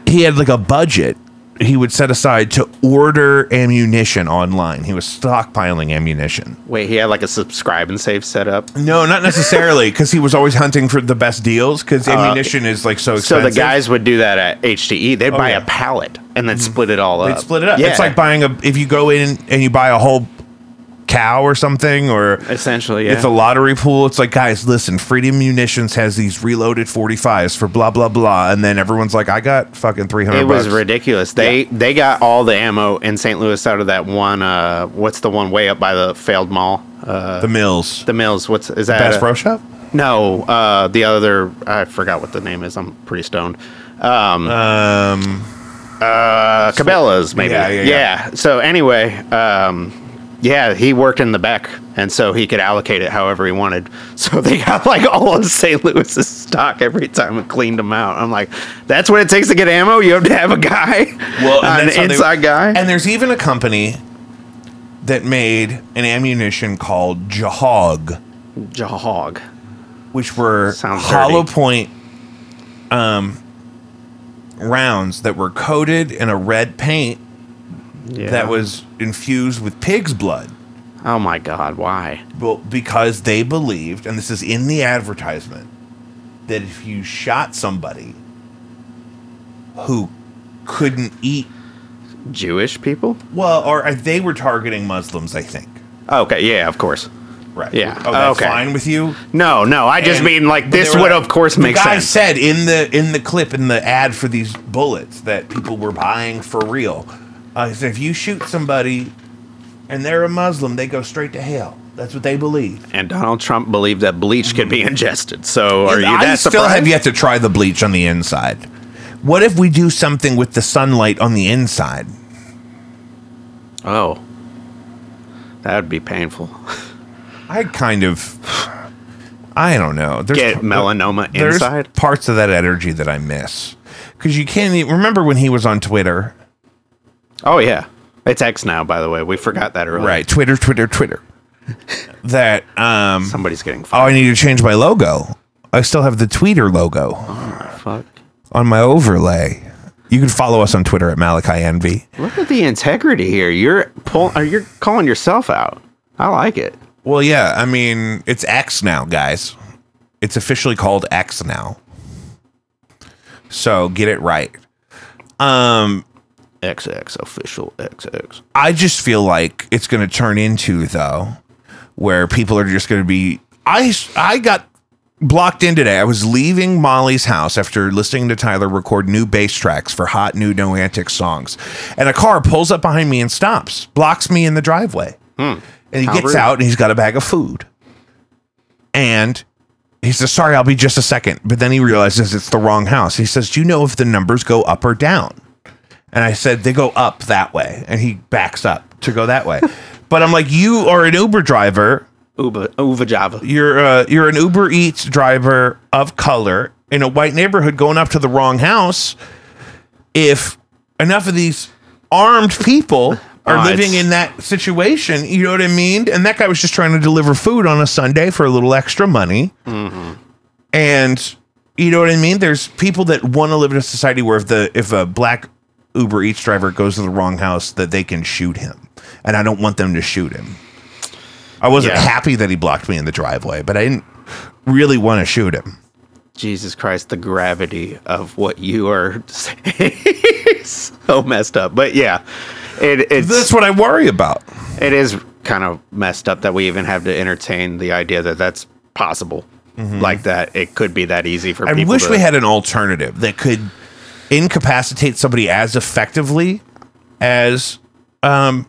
he had like a budget he would set aside to order ammunition online he was stockpiling ammunition
wait. He had like a subscribe and save setup.
no not necessarily because he was always hunting for the best deals because ammunition is like so
Uh, So
expensive
the guys would do that at HDE. They'd buy
Oh, yeah.
a pallet and then
Mm-hmm.
split it all up.
They'd split it up
Yeah.
it's like buying a if you go in and you buy a whole cow or something or
essentially. Yeah.
It's a lottery pool. It's like, guys, listen, Freedom Munitions has these reloaded 45s for blah, blah, blah. And then everyone's like, I got fucking 300
it was
bucks.
ridiculous. They they got all the ammo in St. Louis out of that one. Uh, what's the one way up by the failed mall? Uh,
The Mills.
the Mills. What's is that?
Bass
a-
Pro Shop?
No, uh, the other I forgot what the name is. I'm pretty stoned. Um,
Um,
uh, Cabela's, maybe.
Yeah,
Yeah,
yeah, yeah.
So anyway, um, yeah, he worked in the back, and so he could allocate it however he wanted. So they got like all of St. Louis's stock every time and cleaned them out. I'm like, that's what it takes to get ammo. You have to have a guy,
well, and
an
that's how they-
inside guy.
And there's even a company that made an ammunition called Jahog,
Jahog.
which were
Sounds
hollow
dirty.
point um, rounds that were coated in a red paint
Yeah.
that was infused with pig's blood.
Oh my God! Why?
Well, because they believed, and this is in the advertisement, that if you shot somebody who couldn't eat,
Jewish people?
well, or uh, they were targeting Muslims, I think.
Oh, Okay. Yeah. Of course.
Right.
Yeah.
Oh, that's
Okay.
fine with you.
No. No. I just
And-
mean like
but they
this
were
would
like-
of course
the
make
guy
sense.
said in the in the clip in the ad for these bullets that people were buying for real. Uh, he said, if you shoot somebody and they're a Muslim, they go straight to hell. That's what they believe.
and Donald Trump believed that bleach could be ingested. So are you
I
that
still
surprised?
have yet to try the bleach on the inside. What if we do something with the sunlight on the inside?
oh, that would be painful.
I kind of, I don't know. There's
Get melanoma
there's
inside.
parts of that energy that I miss because you can't even remember when he was on Twitter,
Oh yeah, it's X now. By the way, we forgot that earlier.
right? Twitter, Twitter, Twitter. that um,
Somebody's getting
oh, I need to change my logo. I still have the tweeter logo
fucked.
on my overlay. You can follow us on Twitter at Malachi Envy.
Look at the integrity here. You're pull, or you're calling yourself out. I like it.
Well, yeah, I mean, it's X now, guys. It's officially called X now. So get it right. Um,
XX official XX.
I just feel like it's going to turn into though, where people are just going to be. I I got blocked in today. I was leaving Molly's house after listening to Tyler record new bass tracks for hot new no antics songs, and a car pulls up behind me and stops, blocks me in the driveway, and he
Hmm. How
gets
rude.
out and he's got a bag of food, and. He says, "Sorry, I'll be just a second. But then he realizes it's the wrong house. He says, "Do you know if the numbers go up or down?" And I said, they go up that way. And he backs up to go that way. but I'm like, you are an Uber driver.
Uva Uva Java.
You're uh, you're an Uber Eats driver of color in a white neighborhood going up to the wrong house. If enough of these armed people are
Oh,
living
it's-
in that situation, you know what I mean? And that guy was just trying to deliver food on a Sunday for a little extra money. And you know what I mean? There's people that want to live in a society where if the if a black Uber Eats driver goes to the wrong house, that they can shoot him. And I don't want them to shoot him. I wasn't
Yeah.
happy that he blocked me in the driveway, but I didn't really want to shoot him.
Jesus Christ, the gravity of what you are saying is so messed up. But yeah, it, it's
That's what I worry about.
it is kind of messed up that we even have to entertain the idea that that's possible. Like that, it could be that easy for
Mm-hmm. I
people.
wish
to,
we had an alternative that could incapacitate somebody as effectively as, um,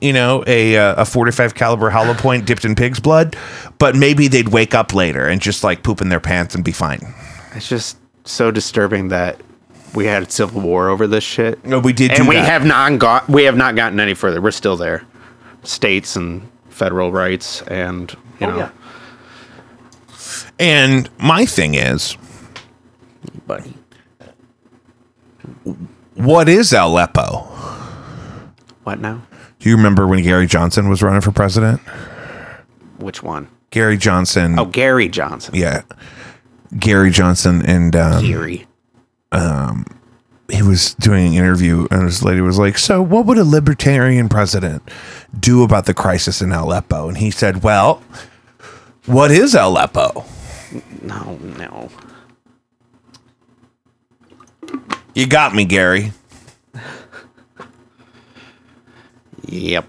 you know, a uh, a forty five caliber hollow point dipped in pig's blood. But maybe they'd wake up later and just like poop in their pants and be fine.
It's just so disturbing that we had a civil war over this shit.
No, we did
and
do
we
that.
have not got we have not gotten any further. We're still there, states and federal rights, and you
Oh,
know,
And my thing is,
buddy.
what is Aleppo?
What now?
Do you remember when Gary Johnson was running for president?
Which one?
Gary Johnson.
Oh, Gary Johnson.
yeah. Gary Johnson and um,
Gary.
he was doing an interview and this lady was like, "So, what would a libertarian president do about the crisis in Aleppo?" And he said, "Well, what is Aleppo?
Um, No, no.
You got me, Gary."
Yep.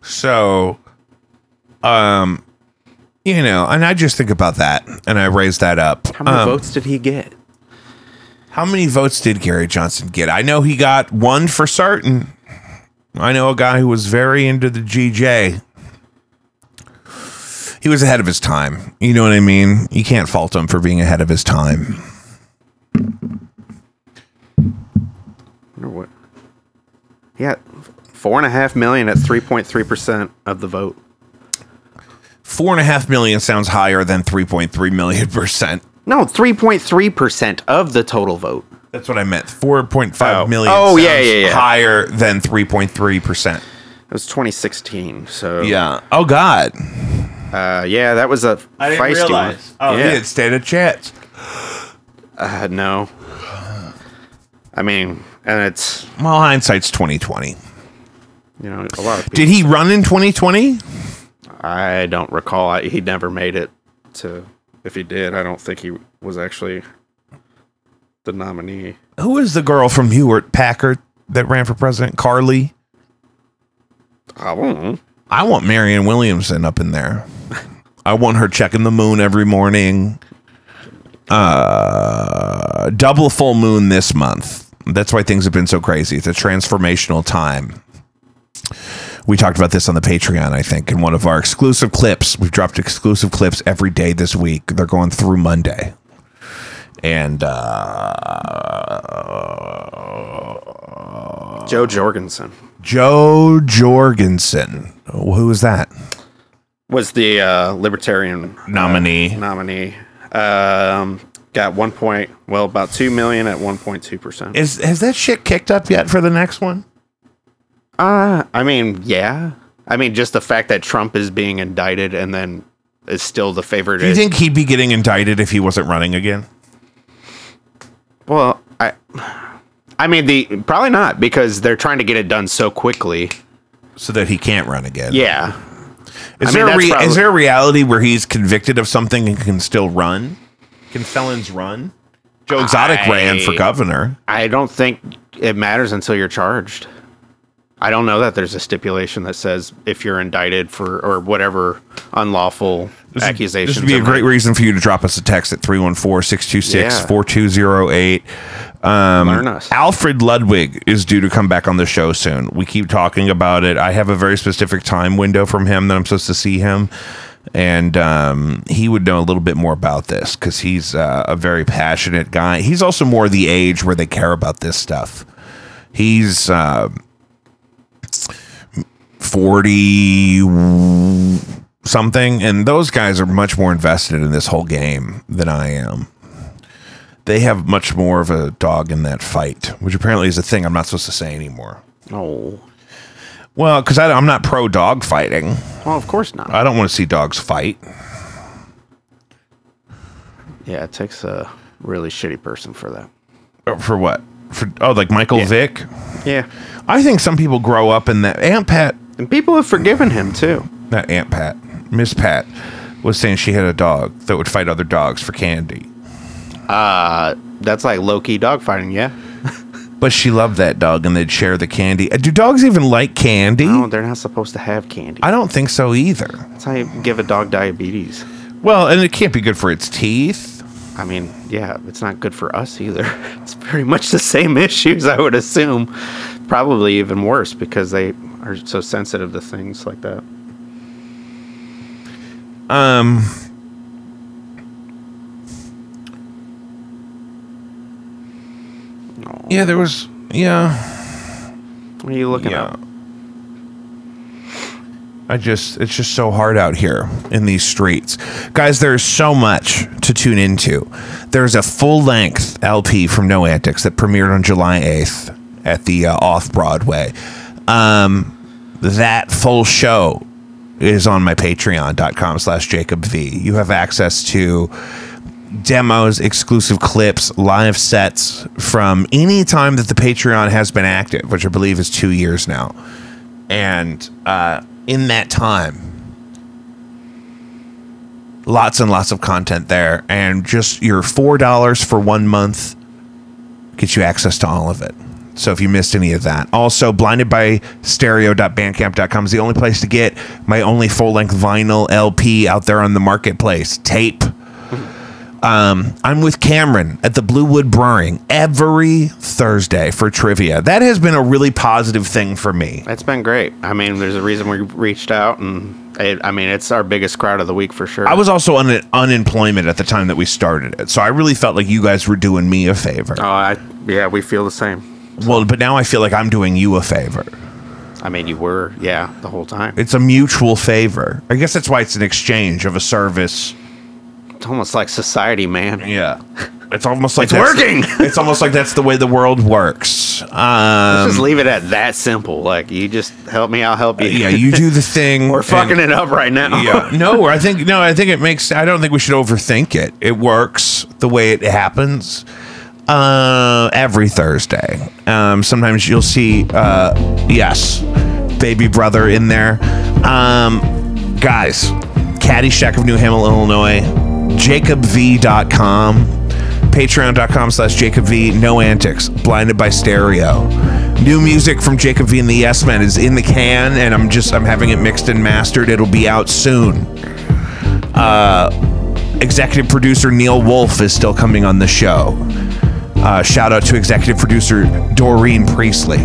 So, um, you know, and I just think about that and I raise that up.
How many
Um,
votes did he get?
How many votes did Gary Johnson get? I know he got one for certain. I know a guy who was very into the GJ. He was ahead of his time. You know what I mean? You can't fault him for being ahead of his time.
Or what? Yeah, four and a half million at three point three percent of the vote.
Four and a half million sounds higher than 3.3 million percent.
No, three point three percent of the total vote.
That's what I meant. Four point
Oh.
five million.
Oh, yeah,
sounds
yeah, yeah.
Higher than 3.3 percent.
It was 2016, so
Yeah. Oh, God.
uh, yeah, that was a feisty one.
Oh, yeah.
yeah,
he didn't stand a chance.
uh, no. I mean, and it's
Well, hindsight's 2020.
you know a lot of people.
Did he run in 2020?
I don't recall. I, he never made it to. If he did, I don't think he was actually the nominee.
Who is the girl from Hewitt Packard that ran for president? Carly.
I don't know.
I want Marianne Williamson up in there. I want her checking the moon every morning. Uh, double full moon this month. That's why things have been so crazy. It's a transformational time. We talked about this on the Patreon, I think, in one of our exclusive clips. We've dropped exclusive clips every day this week. They're going through Monday. And uh,
Joe Jorgensen
Joe Jorgensen. Who is that?
was the uh, libertarian
Nominee.
nominee. Um, got one point. Well, about two million at one point two percent.
Is has that shit kicked up yet for the next one?
Uh, I mean, yeah. I mean, just the fact that Trump is being indicted and then is still the favorite.
Do you
is-
think he'd be getting indicted if he wasn't running again?
well, I, I mean the probably not because they're trying to get it done so quickly.
so that he can't run again.
Yeah,
Is
I mean,
there a
that's
re-
probably-
is there a reality where he's convicted of something and can still run? Can felons run? Joe Exotic
I-
ran for governor.
I don't think it matters until you're charged. I don't know that there's a stipulation that says if you're indicted for or whatever unlawful accusations.
This would be a
are
great reason for you to drop us a text at 314-626-4208.
made, learn us.
Alfred Ludwig is due to come back on the show soon. We keep talking about it. I have a very specific time window from him that I'm supposed to see him. And um, he would know a little bit more about this because he's uh, a very passionate guy. He's also more the age where they care about this stuff. He's uh, 40 something. And those guys are much more invested in this whole game than I am they have much more of a dog in that fight, which apparently is a thing I'm not supposed to say anymore.
Oh,
Well, because I'm not pro dog fighting.
well, of course not.
I don't want to see dogs fight.
yeah, it takes a really shitty person for that.
Uh, For what? For oh, like Michael Vick.
Yeah,
I think some people grow up in that. Aunt Pat,
and people have forgiven him too.
not Aunt Pat, Miss Pat was saying she had a dog that would fight other dogs for candy,
Uh, that's like low key dogfighting. Yeah,
but she loved that dog and they'd share the candy. Uh, Do dogs even like candy?
no, they're not supposed to have candy.
I don't think so either.
That's how you give a dog diabetes.
Well, and it can't be good for its teeth.
I mean, yeah, it's not good for us either. It's pretty much the same issues, I would assume. Probably even worse because they are so sensitive to things like that.
Yeah, there was. Yeah.
What are you looking
Yeah.
at?
I just it's just so hard out here in these streets. Guys, there's so much to tune into. There's a full-length LP from No Antics that premiered on July 8th at the uh, Off Broadway. Um that full show is on my patreon.com slash jacob v you have access to demos, exclusive clips, live sets from any time that the Patreon has been active, which I believe is two years now. And uh, in that time, lots and lots of content there. And just your $4 for one month gets you access to all of it. So if you missed any of that, also blinded by stereo.bandcamp.com is the only place to get my only full length vinyl LP out there on the marketplace. Tape. I'm with Cameron at the Bluewood Brewing every Thursday for trivia. That has been a really positive thing for me.
It's been great. I mean, there's a reason we reached out, and it, I mean, it's our biggest crowd of the week for sure.
I was also on unemployment at the time that we started it, so I really felt like you guys were doing me a favor.
Oh, I, yeah, we feel the same.
Well, but now I feel like I'm doing you a favor.
I mean, you were, yeah, the whole time.
It's a mutual favor. I guess that's why it's an exchange of a service.
It's almost like society, man.
Yeah, it's almost like
It's
that's-
working!
it's almost like that's the way the world works.
Let's
Um,
just leave it at that simple. Like, you just help me, I'll help you.
yeah, you do the thing.
We're fucking
and-
it up right now.
yeah. No, I think no, I think it makes I don't think we should overthink it. It works the way it happens. Uh every Thursday. Um sometimes you'll see uh yes, baby brother in there. Um guys, Caddyshack of New Hamel, Illinois, jacobv.com patreon.com slash jacob v no antics blinded by stereo new music from jacob v and the yes men is in the can and i'm just i'm having it mixed and mastered it'll be out soon uh executive producer neil wolf is still coming on the show uh, shout out to executive producer doreen priestley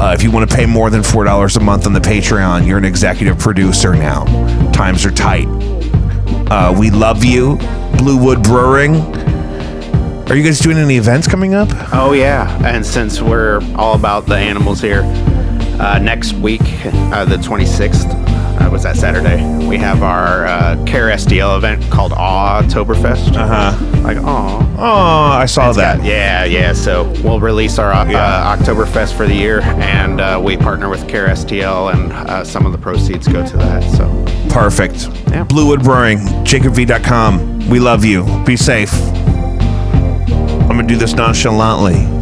uh, if you want to pay more than $4 a month on the patreon you're an executive producer now times are tight uh, we love you, Bluewood Brewing. Are you guys doing any events coming up?
Oh yeah, and since we're all about the animals here, uh, next week, uh, the 26th, uh, was that Saturday? We have our uh, Care SDL event called Awtoberfest.
Uh-huh.
Uh huh. Like aw.
Oh, I saw that.
Yeah, yeah. So we'll release our uh,
Yeah.
uh, Oktoberfest for the year, and uh, we partner with Care STL, and uh, some of the proceeds go to that. So
Perfect.
Yeah.
Bluewood Brewing, jacobv.com. We love you. Be safe. I'm gonna do this nonchalantly.